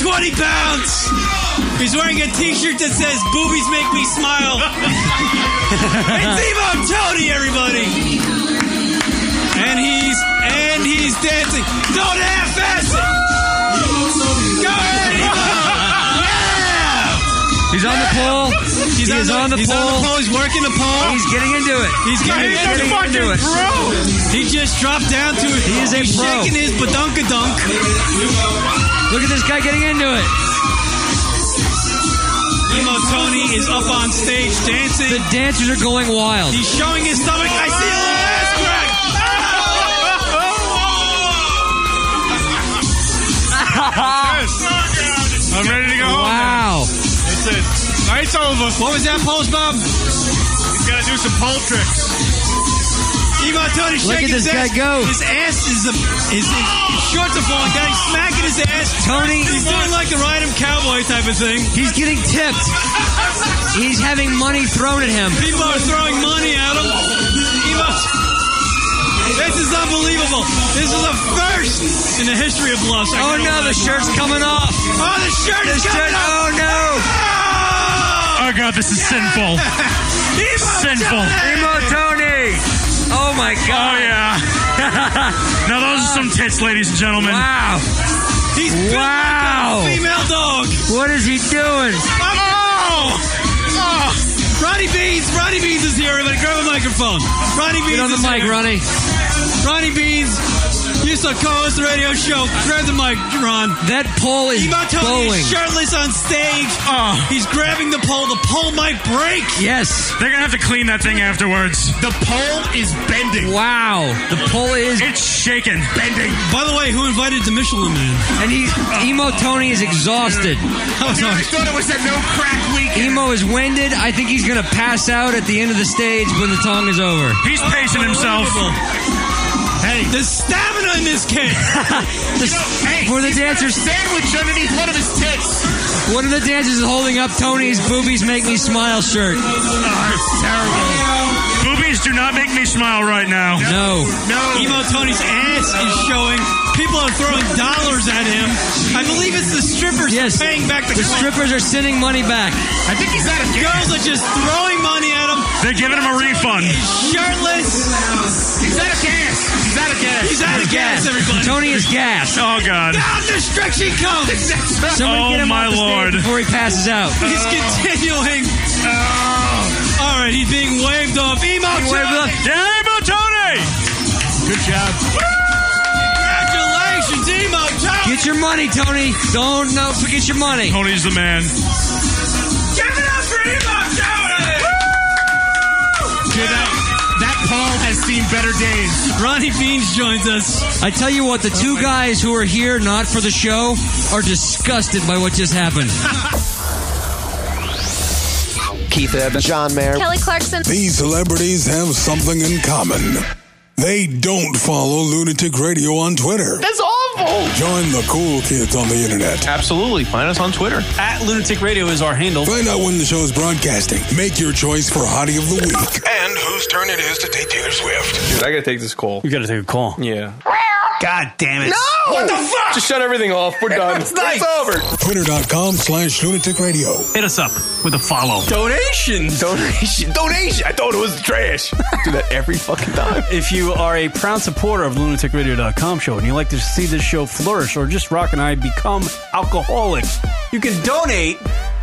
S11: 420 pounds. He's wearing a T-shirt that says "Boobies make me
S9: [laughs]
S11: smile." it's Emo Tony, everybody, and he's and he's dancing. Don't half-ass it. Go ahead, Emo. Yeah.
S9: He's on the pole.
S11: He's,
S9: He
S11: on,
S9: is
S11: the,
S9: on the
S11: he's on the
S9: pole.
S11: pole. He's working the pole.
S9: He's getting into it.
S11: He's getting
S9: He's getting into it.
S11: He just dropped down to his.
S9: He is a
S11: he's
S9: pro.
S11: shaking his badunka dunk.
S9: Look at this guy getting into it.
S11: Emo Tony is up on stage dancing.
S9: The dancers are going wild.
S11: He's showing his stomach. I see a little ass
S9: [laughs]
S11: crack.
S9: I'm ready to go Wow. That's it. Night's over.
S11: What was that pose, Bob?
S9: He's got to do some pole tricks.
S11: Timo Tony
S12: Look
S11: shaking
S12: at this
S11: his
S12: guy
S11: ass.
S12: go.
S11: His ass is the his, his shorts are falling down. He's smacking his ass.
S12: Tony-
S11: he's doing like the ride him cowboy type of thing.
S12: He's getting tipped. He's having money thrown at him.
S11: People are throwing money at him. Timo- This is unbelievable. This is a first in the history of Bluffs. I
S12: Oh
S11: gotta
S12: no,
S11: lie.
S12: the shirt's coming off.
S11: Oh, the shirt is coming
S12: shirt-
S11: off.
S12: Oh no.
S13: Oh god, this is sinful.
S11: [laughs]
S13: sinful.
S12: Emo Tony. Oh my god.
S13: Oh yeah. [laughs] now those are some tits, ladies and gentlemen.
S12: Wow.
S11: Oh. He's
S12: wow.
S11: female dog.
S12: What is he doing?
S11: Oh! Oh! Ronnie Beans, Ronnie Beans is here, everybody. Grab a microphone. Ronnie Beans
S12: Get on the
S11: is
S12: mic,
S11: here.
S12: Ronnie.
S11: Ronnie Beans used to co-host the radio show. Grab the mic, Ron.
S12: That pole is
S11: Emo Tony
S12: bowling.
S11: is shirtless on stage. Oh. He's grabbing the pole. The pole might break.
S12: Yes.
S13: They're gonna have to clean that thing afterwards.
S11: The pole is bending.
S12: Wow. The pole is
S13: It's shaking. Bending.
S11: By the way, who invited the Michelin Man?
S12: And he's Emo Tony is exhausted.
S13: Dude, I thought it was a no crack weekend.
S12: Emo is winded. I think he's gonna pass out at the end of the stage when the song is over.
S13: He's pacing himself.
S11: Hey. The stamina in this kid.
S12: The- for the dancers,
S13: Sandwich underneath one of his tits.
S12: one of the dancers is holding up Tony's "Boobies Make Me Smile" shirt.
S13: Oh, it's terrible. Boobies do not make me smile right now.
S12: No.
S13: No.
S11: Emo Tony's ass is showing. People are throwing dollars at him. I believe it's the strippers
S12: Yes.
S11: paying back the,
S12: The strippers are sending money back.
S13: I think he's out of
S11: Girls are just throwing money at him.
S13: They're giving him a refund.
S11: Shirtless.
S13: He's out of gas. He's out of gas.
S11: He's out of gas, everybody.
S12: Tony is gassed.
S13: Oh god.
S11: Down the stretch he [laughs] comes.
S12: Somebody
S13: oh
S12: get him
S13: my
S12: off the stage
S13: lord.
S12: before he passes out.
S11: He's continuing.
S2: Oh.
S11: All right, he's being waved off. Emo
S12: He waved
S11: Tony.
S12: off.
S13: Yeah, Emo Tony. Good job.
S11: Congratulations, Emo Tony.
S12: Get your money, Tony. Don't no forget your money.
S13: Tony's the man.
S11: Give it up for Emo Tony.
S13: that Paul has seen better
S12: [laughs]
S13: days.
S11: Ronnie Beans joins us.
S12: I tell you what, the two guys who are here not for the show are disgusted by what just happened.
S14: Keith Evans, John Mayer.
S7: Kelly Clarkson.
S9: These celebrities have something in common. They don't follow Lunatic Radio on Twitter.
S7: That's awful.
S9: Join the cool kids on the internet.
S15: Absolutely. Find us on Twitter.
S2: [laughs] At Lunatic Radio is our handle.
S9: Find out when the show's broadcasting. Make your choice for Hottie of the Week.
S16: And whose turn it is to take Taylor Swift.
S15: Dude, I gotta take this call.
S2: We gotta take a call.
S15: Yeah.
S2: God damn it.
S16: No! What the fuck?
S15: Just shut everything off. We're done.
S16: It's nice.
S15: over.
S9: Twitter.com slash lunatic radio.
S13: Hit us up with a follow.
S15: Donation. Donation. Donation. I thought it was trash. Do that every fucking time.
S2: [laughs] If you are a proud supporter of lunaticradio.com show and you like to see this show flourish or just Rock and I become alcoholics, you can donate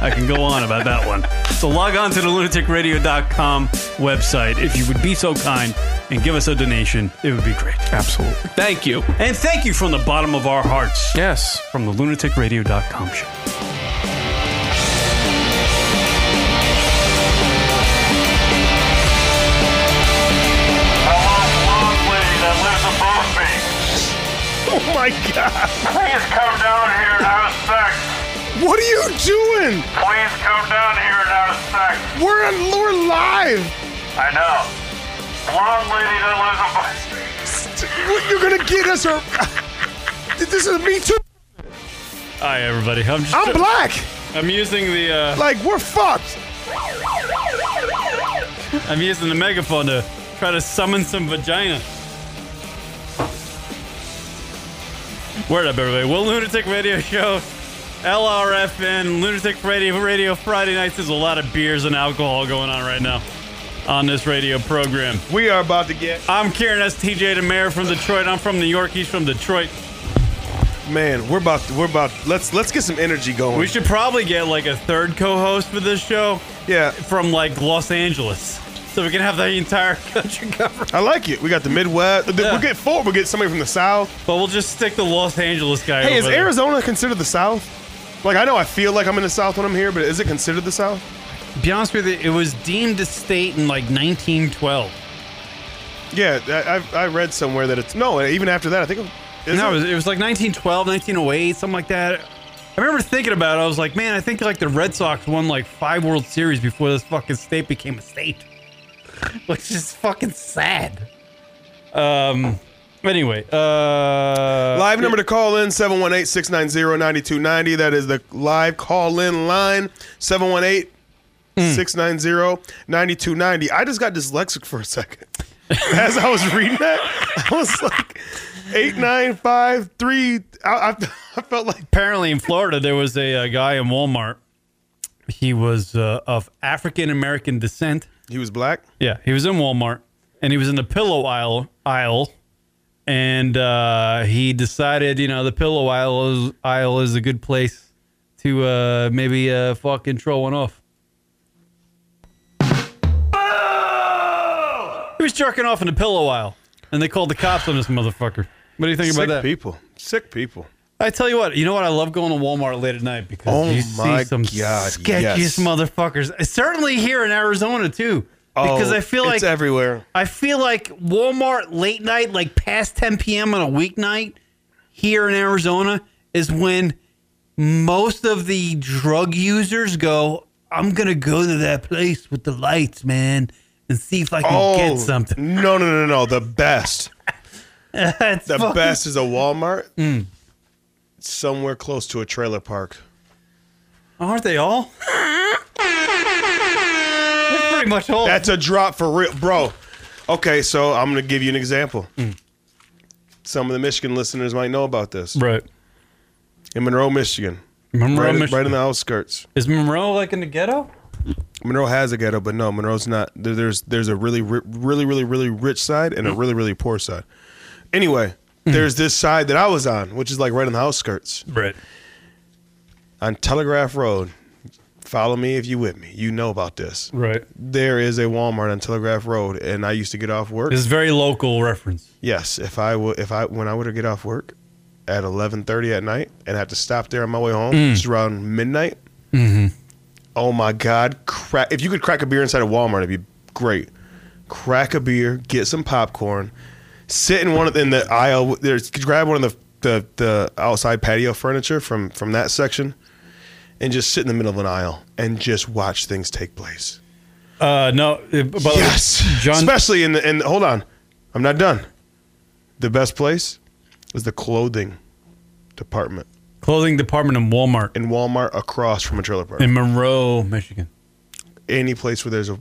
S2: I can go on about that one. So log on to the lunaticradio.com website if you would be so kind and give us a donation. It would be great.
S15: Absolutely. Thank you.
S2: And thank you from the bottom of our hearts.
S15: Yes.
S2: From the lunaticradio.com show.
S9: Oh my god. Please come down here and have sex. What are you doing? Please come down here and have sex. We're on we're live. I know. Blonde lady that lives
S3: What, you're gonna get us or this is me too.
S2: Hi, everybody. I'm, just,
S3: I'm black.
S2: I'm using the uh,
S3: Like we're fucked.
S2: I'm using the megaphone to try to summon some vagina. Word up, everybody. Well, Lunatic Radio [laughs] Show, LRFN, Lunatic Radio, Radio Friday nights. There's a lot of beers and alcohol going on right now on this radio program.
S3: We are about to get
S2: I'm Kieran S. TJ the mayor from Detroit. I'm from New York. He's from Detroit.
S3: man. We're about we're about let's let's get some energy going.
S2: We should probably get like a third co-host for this show.
S3: Yeah.
S2: From like Los Angeles. So we can have the entire [laughs] country covered.
S3: I like it. We got the Midwest. We'll get four. We'll get somebody from the South.
S2: But we'll just stick the Los Angeles guy.
S3: Hey, is
S2: over there.
S3: Arizona considered the South? Like, I know I feel like I'm in the South when I'm here, but is it considered the South?
S2: Be honest with you, it was deemed a state in like 1912.
S3: Yeah, I, I, I read somewhere that it's no. Even after that, I think. it- is
S2: no, it was, it was like 1912, 1908, something like that. I remember thinking about it. I was like, man, I think like the Red Sox won like five World Series before this fucking state became a state, [laughs] which is fucking sad. Um. Anyway, uh,
S3: live number to call in 718-690-9290 that is the live call in line 718-690-9290 i just got dyslexic for a second [laughs] as i was reading that i was like 8953 I, I, I felt like
S2: apparently in Florida there was a, uh guy in Walmart. He was uh, of African American descent.
S3: He was black.
S2: Yeah, he was in Walmart and he was in the pillow aisle. aisle and uh, he decided, you know, the pillow aisle is, aisle is a good place to uh, maybe uh, fucking throw one off.
S3: Oh!
S2: He was jerking off in the pillow aisle, and they called the cops on this motherfucker. What do you think
S3: Sick
S2: about that?
S3: people sick people
S2: I tell you what, you know what? I love going to Walmart late at night because
S3: Oh
S2: you
S3: my
S2: see some
S3: God,
S2: sketchiest
S3: yes.
S2: motherfuckers. Certainly here in Arizona too, because
S3: Oh,
S2: I feel like
S3: it's everywhere
S2: I feel like Walmart late night, like past 10 p.m. on a weeknight here in Arizona, is when most of the drug users go. I'm gonna go to that place with the lights, man, and see if I can
S3: Oh.
S2: get some. [laughs]
S3: something no no no no the best
S2: the
S3: the
S2: fucking-
S3: best is a walmart
S2: Mm.
S3: somewhere close to a trailer park
S2: Aren't they all? They're pretty much all.
S3: That's a drop for real, bro. Okay, so I'm gonna give you an example.
S2: Mm.
S3: Some of the Michigan listeners might know about this,
S2: right?
S3: In Monroe, Michigan,
S2: Monroe,
S3: right, right in
S2: Michigan.
S3: the outskirts.
S2: Is Monroe like in the ghetto?
S3: Monroe has a ghetto, but no, Monroe's not. There- There's there's a really ri- really really really rich side and a
S2: Mm.
S3: really really poor side. Anyway, there's this side that I was on, which is like right in the outskirts,
S2: right
S3: on Telegraph Road. Follow me if you with me. You know about this,
S2: Right.
S3: There is a Walmart on Telegraph Road, and I used to get off work.
S2: This is very local reference.
S3: Yes, if I would, if I when I were to get off work at eleven thirty at night and have to stop there on my way home,
S2: Mm.
S3: just around midnight.
S2: Mm-hmm.
S3: Oh my God! Crack! If you could crack a beer inside a Walmart, it'd be great. Crack a beer, get some popcorn, sit in one of in the aisle. There's grab one of the the, the outside patio furniture from from that section, and just sit in the middle of an aisle and just watch things take place.
S2: Uh, no. But
S3: yes, especially in the in. Hold on, I'm not done. The best place is the clothing department.
S2: Clothing department in Walmart.
S3: In Walmart, across from a trailer park.
S2: In Monroe, Michigan.
S3: Any place where there's a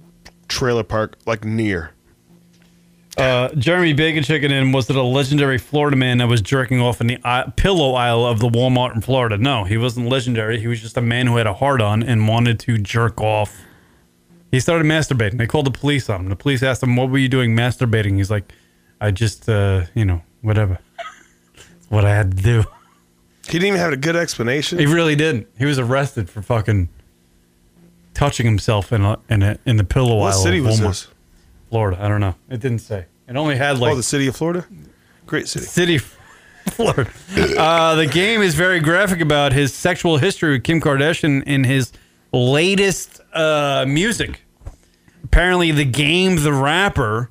S3: trailer park, like near.
S2: Uh, Jeremy Bacon Chicken in was it a legendary Florida man that was jerking off in the i- pillow aisle of the Walmart in Florida? No, he wasn't legendary. He was just a man who had a hard on and wanted to jerk off. He started masturbating. They called the police on him. The police asked him, "What were you doing masturbating?" He's like, "I just, uh, you know, whatever. It's what I had to do." [laughs]
S3: He didn't even have a good explanation.
S2: He really didn't. He was arrested for fucking touching himself in a, in a, in the pillow
S3: What
S2: aisle.
S3: city
S2: of
S3: was
S2: Walmart.
S3: this?
S2: Florida. I don't know. It didn't say. It only had like
S3: oh, the city of Florida, great city.
S2: [laughs] City Florida. Uh, the game is very graphic about his sexual history with Kim Kardashian in his latest uh, music. Apparently, the game, the rapper,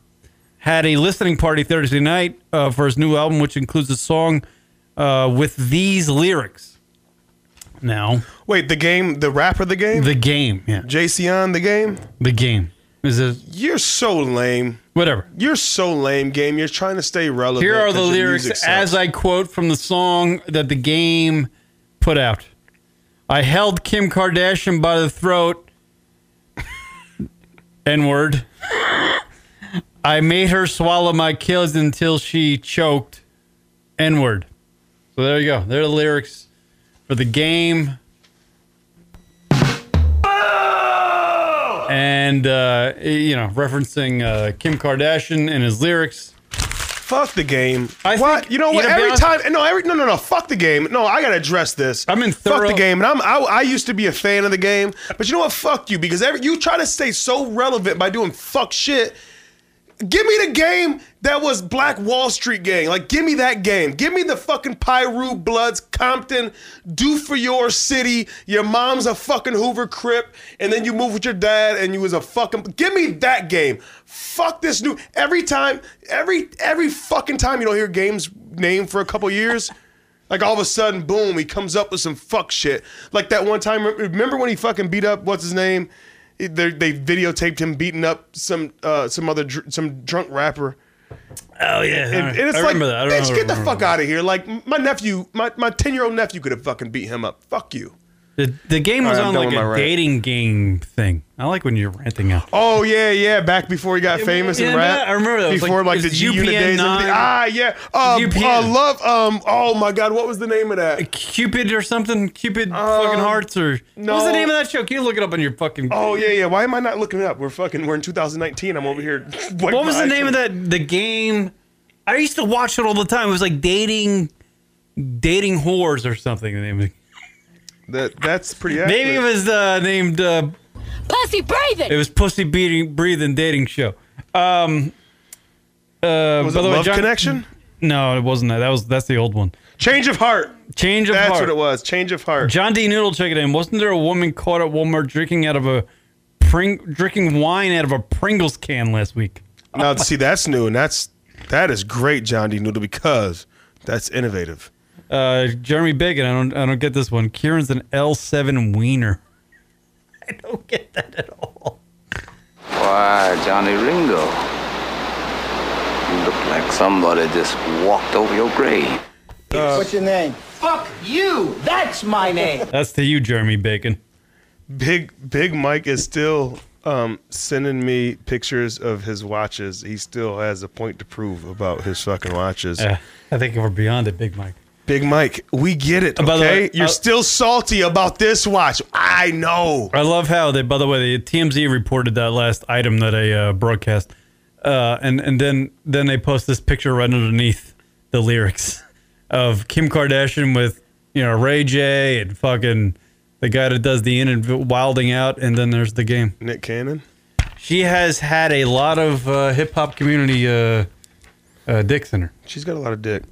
S2: had a listening party Thursday night uh, for his new album, which includes a song uh, with these lyrics. Now,
S3: wait, the game, the rapper, the game,
S2: the game, yeah,
S3: JC on the game,
S2: the game is it?
S3: You're so lame.
S2: Whatever.
S3: You're so lame, game. You're trying to stay relevant.
S2: Here are the
S3: 'cause your
S2: lyrics
S3: music
S2: as I quote from the song that the game put out. I held Kim Kardashian by the throat. [laughs] N word. [laughs] I made her swallow my kids until she choked. N word. So there you go. There are the lyrics for the game. And, uh, you know, referencing uh, Kim Kardashian and his lyrics.
S3: Fuck the game. what? You know what?
S9: yeah,
S3: every
S9: Beyonce-
S3: time, no, every no, no, no. Fuck the game. No, I gotta address this. I'm in Fuck
S9: thorough-
S3: the game, and I'm I, I used to be a fan of the game, but you know what? Fuck you, because every you try to stay so relevant by doing fuck shit. Give me the game that was Black Wall Street gang. Like, give me that game. Give me the fucking Pyru Bloods, Compton, do for your city. Your mom's a fucking Hoover Crip, and then you move with your dad, and you was a fucking. Give me that game. Fuck this new. Every time, every every fucking time you don't hear games name for a couple years. Like all of a sudden, boom, he comes up with some fuck shit. Like that one time, remember when he fucking beat up what's his name? It- They they videotaped him beating up some uh, some other dr- some drunk rapper.
S2: Oh yeah,
S3: and, and it's
S2: I
S3: like,
S2: remember that. I
S3: bitch,
S2: remember-
S3: get the
S2: remember
S3: fuck out of here! Like my nephew, my my ten year old nephew could have fucking beat him up. Fuck you.
S2: The, the game was
S3: All right, I'm
S2: on
S3: done
S2: like
S3: with my
S2: a
S3: rant.
S2: dating game thing. I like when you're ranting out.
S3: Oh yeah, yeah. Back before he got famous
S2: yeah,
S3: and rap.
S2: I remember that. It was
S3: Before
S2: like-
S3: like,
S2: it
S3: the
S2: was
S3: G Unit
S2: UPN
S3: days. and everything.
S2: nine.
S3: Ah, yeah. Uh,
S2: UPN.
S3: uh, love. Um. Oh my God, what was the name of that?
S2: Cupid or something? Cupid fucking hearts or
S3: Um, no.
S2: what's the name of that show? Can you look it up on your fucking?
S3: Oh yeah, yeah. Why am I not looking it up? We're fucking. We're in 2019. I'm over here. [laughs]
S2: What was the name of that? The game. I used to watch it all the time. It was like dating, dating whores or something. The name. of it.
S3: That that's pretty.
S2: Maybe it
S3: accurate.
S2: was uh, named. Uh,
S7: Pussy breathing.
S2: it was pussy beating breathing dating show. Um, uh,
S3: Was
S2: by
S3: it
S2: the way,
S3: Love
S2: John-
S3: Connection?
S2: No, it wasn't that. That was that's the old one.
S3: Change of heart.
S2: Change of
S3: That's
S2: heart.
S3: what it was. Change of heart.
S2: John D. Noodle checking in. Wasn't there a woman caught at Walmart drinking out of a pring drinking wine out of a Pringles can last week?
S3: Now see, that's new, and that's that is great, John D. Noodle, because that's innovative.
S2: Uh, Jeremy Bacon. I don't. I don't get this one. Kieran's an L seven wiener.
S4: Why, Johnny Ringo, you look like somebody just walked over your grave.
S17: What's your name? Fuck you. That's my name.
S2: That's to you, Jeremy Bacon. [laughs]
S3: Big Big Mike is still um, sending me pictures of his watches. He still has a point to prove about his fucking watches.
S2: Uh, I think we're beyond it, Big Mike.
S3: Big Mike, we get it.
S2: By the
S3: okay?
S2: way,
S3: you're
S2: uh,
S3: still salty about this watch. I know.
S2: I love how they. By the way, the TMZ reported that last item that I uh, broadcast, uh, and and then then they post this picture right underneath the lyrics [laughs] of Kim Kardashian with you know Ray J and fucking the guy that does the in and wilding out, and then there's the game.
S3: Nick Cannon.
S2: She has had a lot of uh, hip hop community uh, uh, dicks in her.
S3: She's got a lot of dick.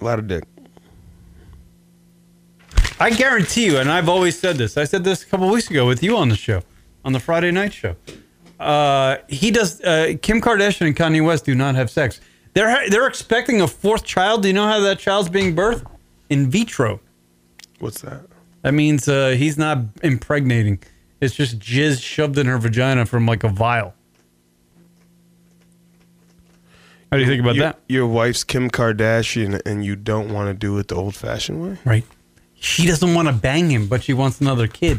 S3: A lot of dick.
S2: I guarantee you, and I've always said this. I said this a couple weeks ago with you on the show, on the Friday night show. Uh, he does. Uh, Kim Kardashian and Kanye West do not have sex. They're ha- they're expecting a fourth child. Do you know how that child's being birthed? In vitro.
S3: What's that?
S2: That means uh, he's not impregnating. It's just jizz shoved in her vagina from like a vial. How do you think about
S3: Your-
S2: that?
S3: Your wife's Kim Kardashian, and you don't want to do it the old-fashioned way.
S2: Right. She doesn't want to bang him, but she wants another kid.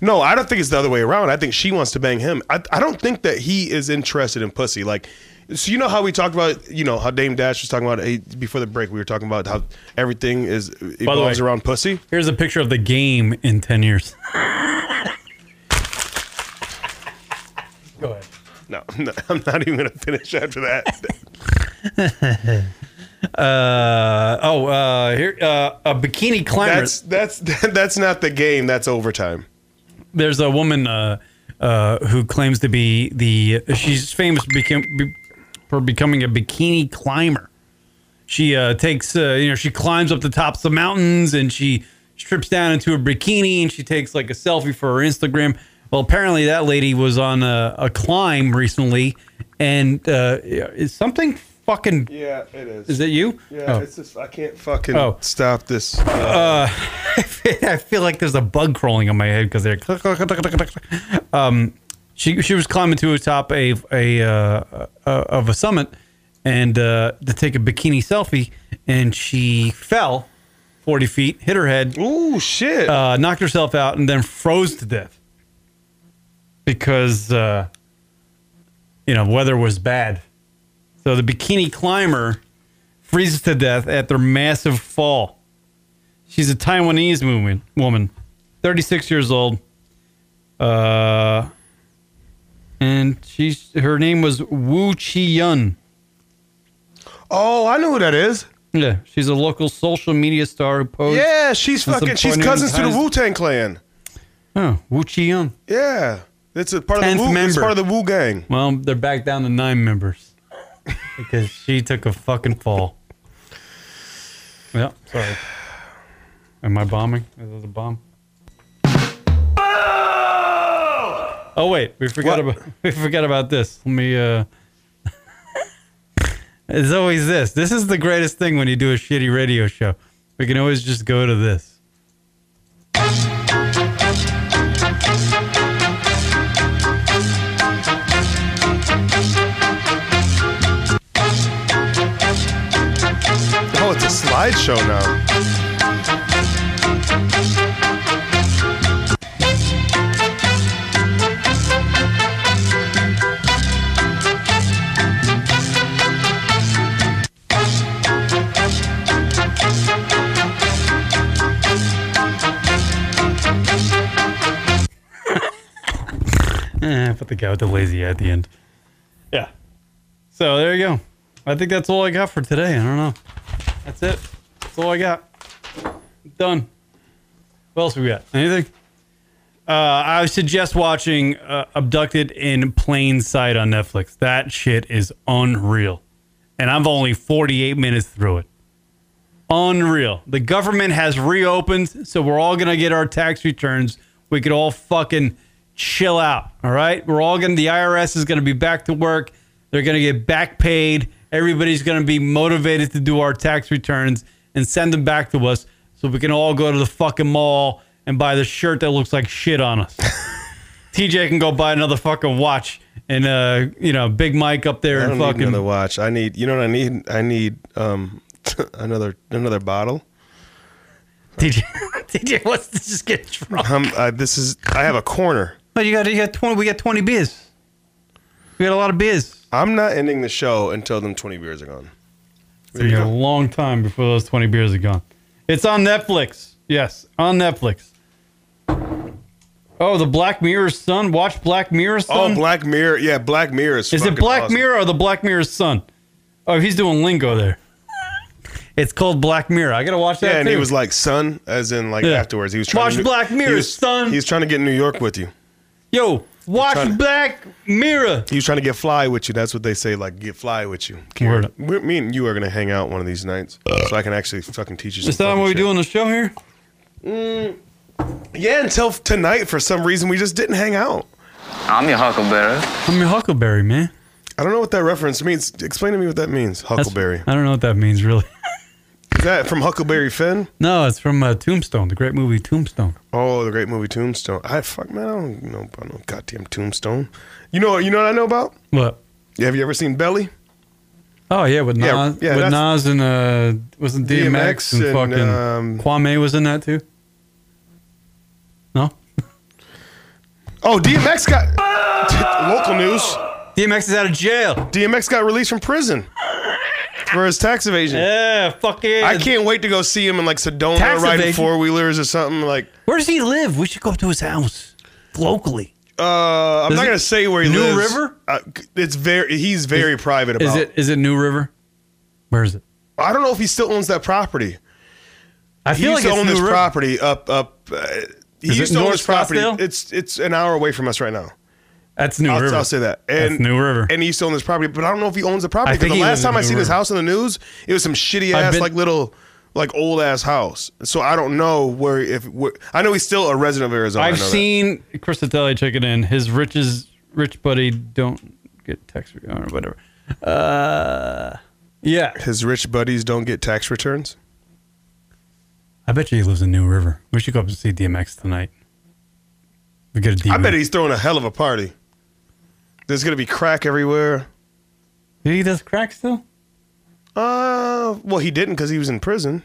S3: No, I don't think it's the other way around. I think she wants to bang him. I, I don't think that he is interested in pussy. Like, so you know how we talked about, you know, how Dame Dash was talking about eh, before the break. We were talking about how everything is revolves around pussy.
S2: Here's a picture of the game in ten years. Go ahead.
S3: No, [laughs] no, I'm not even gonna finish after
S2: [laughs]
S3: that.
S2: uh, oh, uh, here uh, a bikini climber.
S3: that's that's [laughs] that's not the game. That's overtime.
S2: There's a woman uh, uh, who claims to be the. She's famous became, be, for becoming a bikini climber. She uh, takes, uh, you know, she climbs up the tops of mountains and she strips down into a bikini and she takes like a selfie for her Instagram. Well, apparently that lady was on a, a climb recently, and uh, is something fucking.
S3: Yeah, it is.
S2: Is it you?
S3: Yeah,
S2: Oh.
S3: it's just I can't fucking
S2: Oh.
S3: stop this.
S2: Uh, [laughs] I feel like there's a bug crawling on my head because they're. click, click, click, click, click, click. Um, she she was climbing to the top a a uh, uh, of a summit, and uh, to take a bikini selfie, and she fell, forty feet, hit her head.
S3: Ooh shit!
S2: Uh, knocked herself out and then froze to death because uh, you know weather was bad. So the bikini climber freezes to death at their massive fall. She's a Taiwanese woman, woman, 36 years old. Uh, and she's her name was Wu Chi Yun.
S3: Oh, I know who that is.
S2: Yeah, she's a local social media star who posed.
S3: Yeah, she's
S2: on Oh, some
S3: fucking. She's
S2: porn
S3: cousins to the
S2: advertis-
S3: Wu Tang Clan.
S2: Oh, Wu Chi Young.
S3: Yeah, it's a part
S2: Tenth
S3: of the Wu. It's
S2: member.
S3: part of the Wu Gang.
S2: Well, they're back down to nine members because she took a fucking fall. Yeah, sorry. Am I bombing? Is this a bomb? Oh wait, we forgot about [laughs] we forgot about this. Let me. uh [laughs] It's always this. This is the greatest thing when you do a shitty radio show. We can always just go to this.
S3: Oh, it's a slideshow now.
S2: [laughs] Eh, put the guy with the lazy eye at the end. Yeah. So there you go. I think that's all I got for today. I don't know. That's it. That's all I got. Done. What else we got? Anything? Uh, I suggest watching uh, Abducted in Plain Sight on Netflix. That shit is unreal. And I'm only 48 minutes through it. Unreal. The government has reopened, so we're all going to get our tax returns. We could all fucking chill out. All right. We're all going to, the IRS is going to be back to work. They're going to get back paid. Everybody's going to be motivated to do our tax returns and send them back to us so we can all go to the fucking mall and buy the shirt that looks like shit on us. [laughs] TJ can go buy another fucking watch and, uh, you know, Big Mike up there
S3: I
S2: and
S3: don't need
S2: fucking
S3: another watch. I need. You know what I need? I need um [laughs] another another bottle.
S2: [laughs] DJ, DJ wants to just get drunk.
S3: Um, I, this is. I have a corner.
S2: But you got you got twenty. We got twenty beers. We got a lot of beers.
S3: I'm not ending the show until them twenty beers are gone.
S2: It's gonna be a long time before those 20 beers are gone. It's on Netflix. Yes, on Netflix. Oh, the Black Mirror's son. Watch Black Mirror's son.
S3: Oh, Black Mirror. Yeah, Black Mirror is.
S2: Is it
S3: fucking
S2: Black
S3: awesome.
S2: Mirror or the Black Mirror's son? Oh, he's doing lingo there. It's called Black Mirror. I gotta watch that.
S3: Yeah, and he
S2: too.
S3: was like, "Son," as in like
S2: Yeah.
S3: afterwards. He was trying
S2: Watch
S3: to New-
S2: Black Mirror,
S3: he was,
S2: son.
S3: He was trying to get in New York with you.
S2: "Yo, watch
S3: trying to-
S2: Black Mirror."
S3: He was trying to get fly with you. That's what they say. Like, get fly with you.
S2: Word
S3: Karen, we me and you are gonna hang out one of these nights, so I can actually fucking teach you.
S2: Is
S3: some
S2: that
S3: fucking
S2: what we
S3: shit.
S2: do on the show here?
S3: Yeah, until f- tonight, for some reason, we just didn't hang out.
S4: I'm your huckleberry.
S2: I'm your Huckleberry man.
S3: I don't know what that reference means. Explain to me what that means. Huckleberry.
S2: I don't know what that means really. [laughs]
S3: Is that from Huckleberry Finn?
S2: No, it's from uh, Tombstone, the great movie Tombstone.
S3: Oh, the great movie Tombstone. I fuck man, I don't know about no goddamn Tombstone. You know, you know what I know about?
S2: What?
S3: Yeah, have you ever seen Belly?
S2: Oh yeah, with
S3: Yeah,
S2: Nas,
S3: yeah,
S2: with
S3: that's-
S2: Nas and uh, wasn't DMX, and,
S3: DMX and,
S2: fucking
S3: um,
S2: Kwame was in that too. No,
S3: Oh, DMX got local news.
S2: DMX is out of jail.
S3: DMX got released from prison for his tax evasion.
S2: Yeah, fuck yeah.
S3: I can't wait to go see him in like Sedona
S2: Tax
S3: riding
S2: evasion?
S3: four wheelers or something like.
S2: where does he live? We should go to his house locally.
S3: Uh, I'm
S2: Does
S3: not
S2: it-
S3: gonna say where he
S2: New
S3: lives.
S2: River?
S3: Uh, it's very. He's very private about.
S2: Is it is it New River? Where is it?
S3: I don't know if he still owns that property.
S2: I
S3: he
S2: feel
S3: used
S2: like
S3: to
S2: it's
S3: own
S2: New
S3: this
S2: River.
S3: property up up. Uh, he
S2: Is it
S3: used to own
S2: North
S3: this property.
S2: Scottsdale?
S3: It's it's an hour away from us right now.
S2: That's New
S3: I'll,
S2: River.
S3: I'll say that. And,
S2: That's New River.
S3: And he used to own this property, but I don't know if he owns the property.
S2: I
S3: Because
S2: think
S3: the
S2: he
S3: last
S2: lives
S3: time
S2: in
S3: I
S2: New
S3: seen his
S2: River.
S3: house on the news, it was some shitty
S2: I've
S3: ass
S2: been-
S3: like little like old ass house. So I don't know where if where, I know he's still a resident of Arizona. I
S2: I've
S3: know that.
S2: seen Chris Italia check it in. His riches, rich buddy, don't get tax re- or whatever. Uh, yeah,
S3: his rich buddies don't get tax returns.
S2: I bet you he lives in New River. We should go up and see DMX tonight. We get a
S3: I
S2: DMX.
S3: bet he's throwing a hell of a party. There's gonna be crack everywhere.
S2: He does crack still?
S3: Uh, well, he didn't because he was in prison.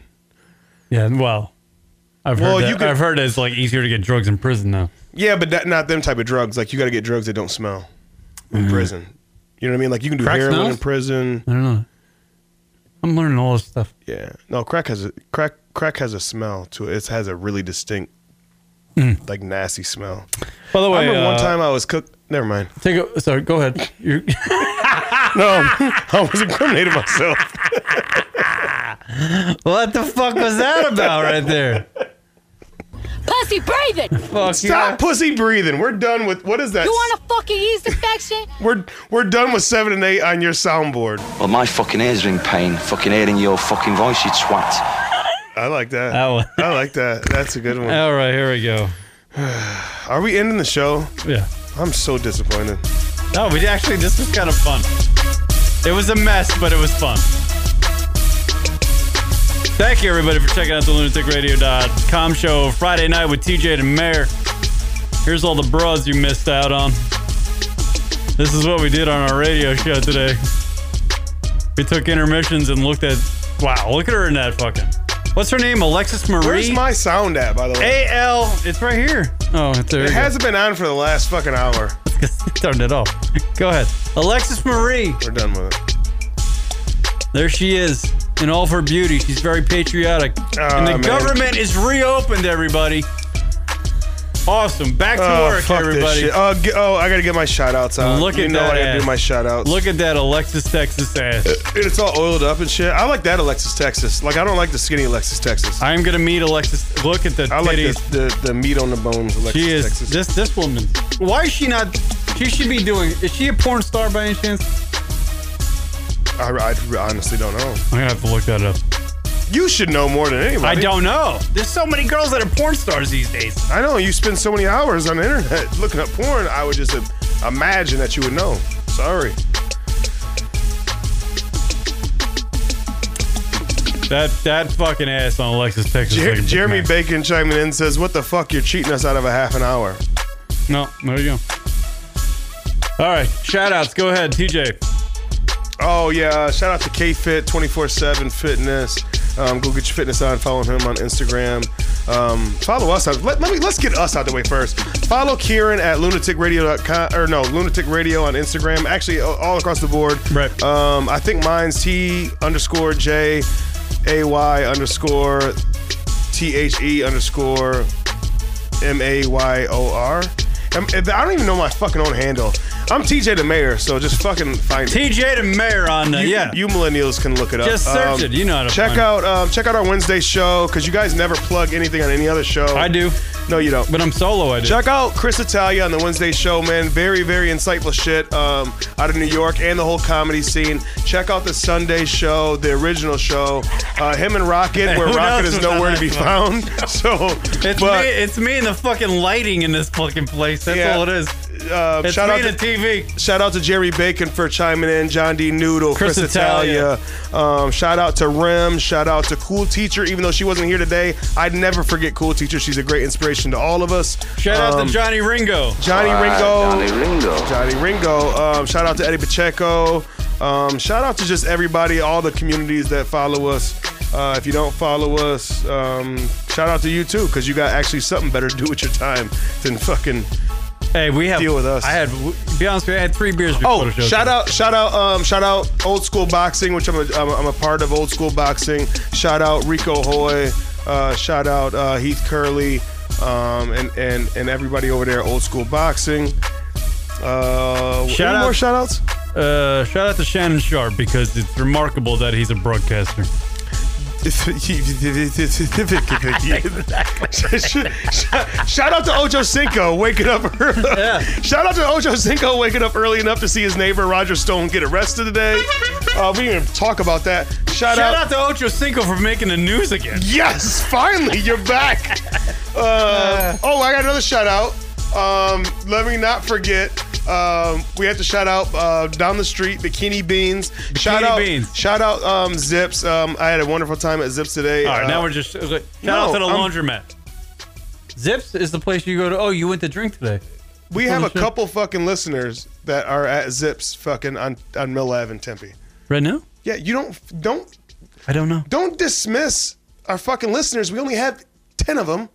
S2: Yeah, well, I've
S3: Well,
S2: heard that-
S3: you could-
S2: I've heard it's like easier to get drugs in prison now.
S3: Yeah, but that, not them type of drugs. Like you got to get drugs that don't smell in prison. You know what I mean? Like you can do
S2: Mm-hmm. Crack
S3: heroin
S2: smells?
S3: in prison.
S2: I don't know. I'm learning all this stuff.
S3: Yeah. No, crack has a crack crack has a smell to it. It has a really distinct like nasty smell.
S2: By the way,
S3: I remember one
S2: Mm. uh,
S3: time I was cooked. Never mind. [laughs]
S2: Take a, sorry, go ahead. You're, [laughs]
S3: No, I was incriminating myself.
S2: What the fuck was that about right there? [laughs]
S7: Pussy, breathe it.
S3: Stop pussy breathing. We're done with what is that?
S7: You want a fucking yeast
S3: [laughs]
S7: infection?
S3: We're we're done with seven and eight on your soundboard.
S18: Well, my fucking ears are in pain. Fucking hearing your fucking voice, you twat.
S3: I like that.
S2: Oh.
S3: I like that. That's a good one.
S2: All right, here we go.
S3: Are we ending the show?
S2: Yeah.
S3: I'm so disappointed.
S2: No, we actually this was kind of fun. It was a mess, but it was fun. Thank you everybody for checking out the lunaticradio.com show Friday night with TJ and Mayor. Here's all the bras you missed out on. This is what we did on our radio show today. We took intermissions and looked at wow, look at her in that fucking. What's her name? Alexis Marie.
S3: Where's my sound at, by the way?
S2: A L. It's right here. Oh, it's there.
S3: it
S2: you go.
S3: hasn't been on for the last fucking hour.
S2: [laughs] turned it off. [laughs] Go ahead. Alexis Marie.
S3: We're done with it.
S2: There she is in all of her beauty. She's very patriotic. and the
S3: man.
S2: government is reopened, everybody. Awesome. Back to
S3: Oh,
S2: work,
S3: fuck this
S2: everybody.
S3: shit. Oh, g- oh, I gotta get my shout outs out.
S2: Look
S3: you
S2: at
S3: know
S2: that
S3: I gotta
S2: ass.
S3: do my shout outs.
S2: Look at that Alexis Texas ass.
S3: It's all oiled up and shit. I like that Alexis Texas. Like I don't like the skinny Alexis Texas.
S2: I'm gonna meet Alexis. Look at the
S3: I like
S2: titties.
S3: the, the, the meat on the bones Alexis
S2: She is
S3: Texas.
S2: this this woman. Why is she not? She should be doing. Is she a porn star by any chance?
S3: I, I honestly don't know. I'm
S2: gonna have to look that up.
S3: You should know more than anybody.
S2: I don't know. There's so many girls that are porn stars these days.
S3: I know you spend so many hours on the internet [laughs] looking up porn. I would just uh, imagine that you would know. Sorry.
S2: That that fucking ass on Alexis Texas.
S3: Jer-
S2: looking
S3: Jeremy
S2: nice.
S3: Bacon chiming in says, "What the fuck? You're cheating us out of a half an hour."
S2: No, there you go. All right, shout outs. Go ahead, TJ.
S3: Oh yeah, shout out to K Fit 24/7 Fitness. Um, go get your fitness on. Follow him on Instagram. Um, follow us. On, let, let me let's get us out the way first. Follow Kieran at lunaticradio.com or no lunatic radio on Instagram. Actually, a- all across the board.
S2: Right.
S3: Um, I think mine's T underscore J A Y underscore T H E underscore M A Y O R. I'm- I don't even know my fucking own handle. I'm TJ the Mayor, so just fucking find it.
S2: TJ the Mayor on the
S3: You-
S2: yeah.
S3: You millennials can look it up. Um,
S2: Just search it. You know how to
S3: check
S2: find it.
S3: out um, check out our Wednesday show because you guys never plug anything on any other show. I
S2: do.
S3: No, you don't.
S2: But I'm solo. I do.
S3: Check out Chris Italia on the Wednesday show, man. Very, very insightful shit um, out of New York and the whole comedy scene. Check out the Sunday show, the original show. Uh, him and Rocket,
S2: [laughs]
S3: where
S2: Who
S3: Rocket
S2: else
S3: is
S2: was on
S3: nowhere to
S2: that
S3: be
S2: one?
S3: found. [laughs] So
S2: It's
S3: but-
S2: me. It's me and the fucking lighting in this fucking place. That's
S3: Yeah.
S2: all it is.
S3: Uh,
S2: It's
S3: shout
S2: me
S3: out
S2: to TV.
S3: Shout out to Jerry Bacon for chiming in. John D. Noodle,
S2: Chris
S3: Chris, Italia. Um, shout out to Rem. Shout out to Cool Teacher. Even though she wasn't here today, I'd never forget Cool Teacher. She's a great inspiration to all of us.
S2: Shout out
S3: Um,
S2: to Johnny Ringo.
S3: Johnny
S4: All right,
S3: Ringo.
S4: Johnny Ringo.
S3: Johnny Ringo. Um, shout out to Eddie Pacheco. Um, shout out to just everybody, all the communities that follow us. Uh, if you don't follow us, um, shout out to you too, because you got actually something better to do with your time than fucking
S2: Hey, we have
S3: deal with us.
S2: I had to be honest with you. I had three beers. Before
S3: Oh,
S2: the show
S3: shout out, shout out, um, shout out, old school boxing, which I'm a, I'm a, I'm a part of. Old school boxing. Shout out Rico Hoy. Uh, shout out uh, Heath Curley, um, and and and everybody over there. at Old school boxing. Uh,
S2: Shout
S3: any
S2: out-
S3: more shout
S2: [laughs]
S3: outs?
S2: Uh, shout out to Shannon Sharp because it's remarkable that he's a broadcaster.
S3: [laughs] shout out to Ojo Cinco waking up early. [laughs] Shout out to Ojo Cinco waking up early enough to see his neighbor Roger Stone get arrested today. Uh, we didn't even talk about that. Shout,
S2: Shout
S3: out
S2: out to Ocho Cinco for making the news again.
S3: Yes, finally, you're
S2: [laughs]
S3: back. Uh, oh, I got another shout out. Um, let me not forget. Um, we have to shout out uh, down the street, Bikini Beans. shout
S2: Bikini
S3: out,
S2: Beans.
S3: shout out, um, Zips. Um, I had a wonderful time at Zips today.
S2: All right,
S3: Uh,
S2: now we're just shout out
S3: no,
S2: to the
S3: I'm-
S2: laundromat. Zips is the place you go to. Oh, you went to drink today.
S3: We have
S2: Holy
S3: a
S2: shit.
S3: couple fucking listeners that are at Zips fucking on on Mill Ave in Tempe.
S2: right now.
S3: Yeah, you don't don't
S2: I don't know.
S3: don't dismiss our fucking listeners. We only have ten of them.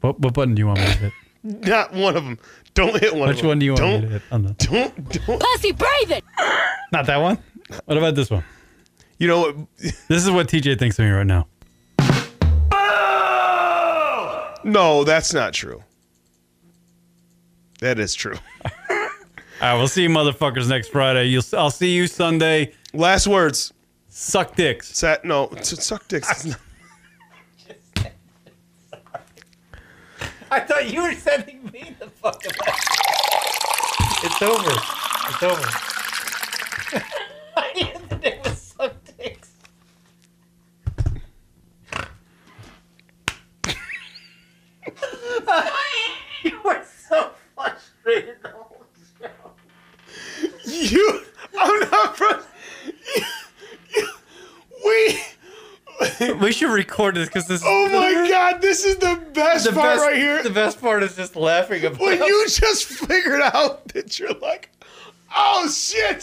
S2: What what button do you want me to hit?
S3: Not one of them. Don't hit one. of
S2: [laughs] Which
S3: them.
S2: one do you want
S3: Don't
S2: me to hit? On the,
S3: Don't, don't.
S7: Pussy, breathe it.
S2: not that one. What about this one?
S3: You know what?
S2: this is what TJ thinks of me right now.
S3: No, that's not true. That is true.
S2: All right, we'll see you motherfuckers next Friday. You'll, I'll see you Sunday.
S3: Last words.
S2: Suck dicks.
S3: Sat, no, s- suck dicks. is not-
S2: I thought you were sending me the fucking. It's over. It's over.
S9: [laughs] I knew the name was Suck Dicks. you were so frustrated the whole show.
S3: [laughs] You, I'm not from. We.
S2: we should record this because this.
S3: Oh my god, [laughs] this is the best
S2: The
S3: part
S2: best-
S3: right here.
S2: The best part is just laughing about.
S3: When you just figured out that you're like, oh shit.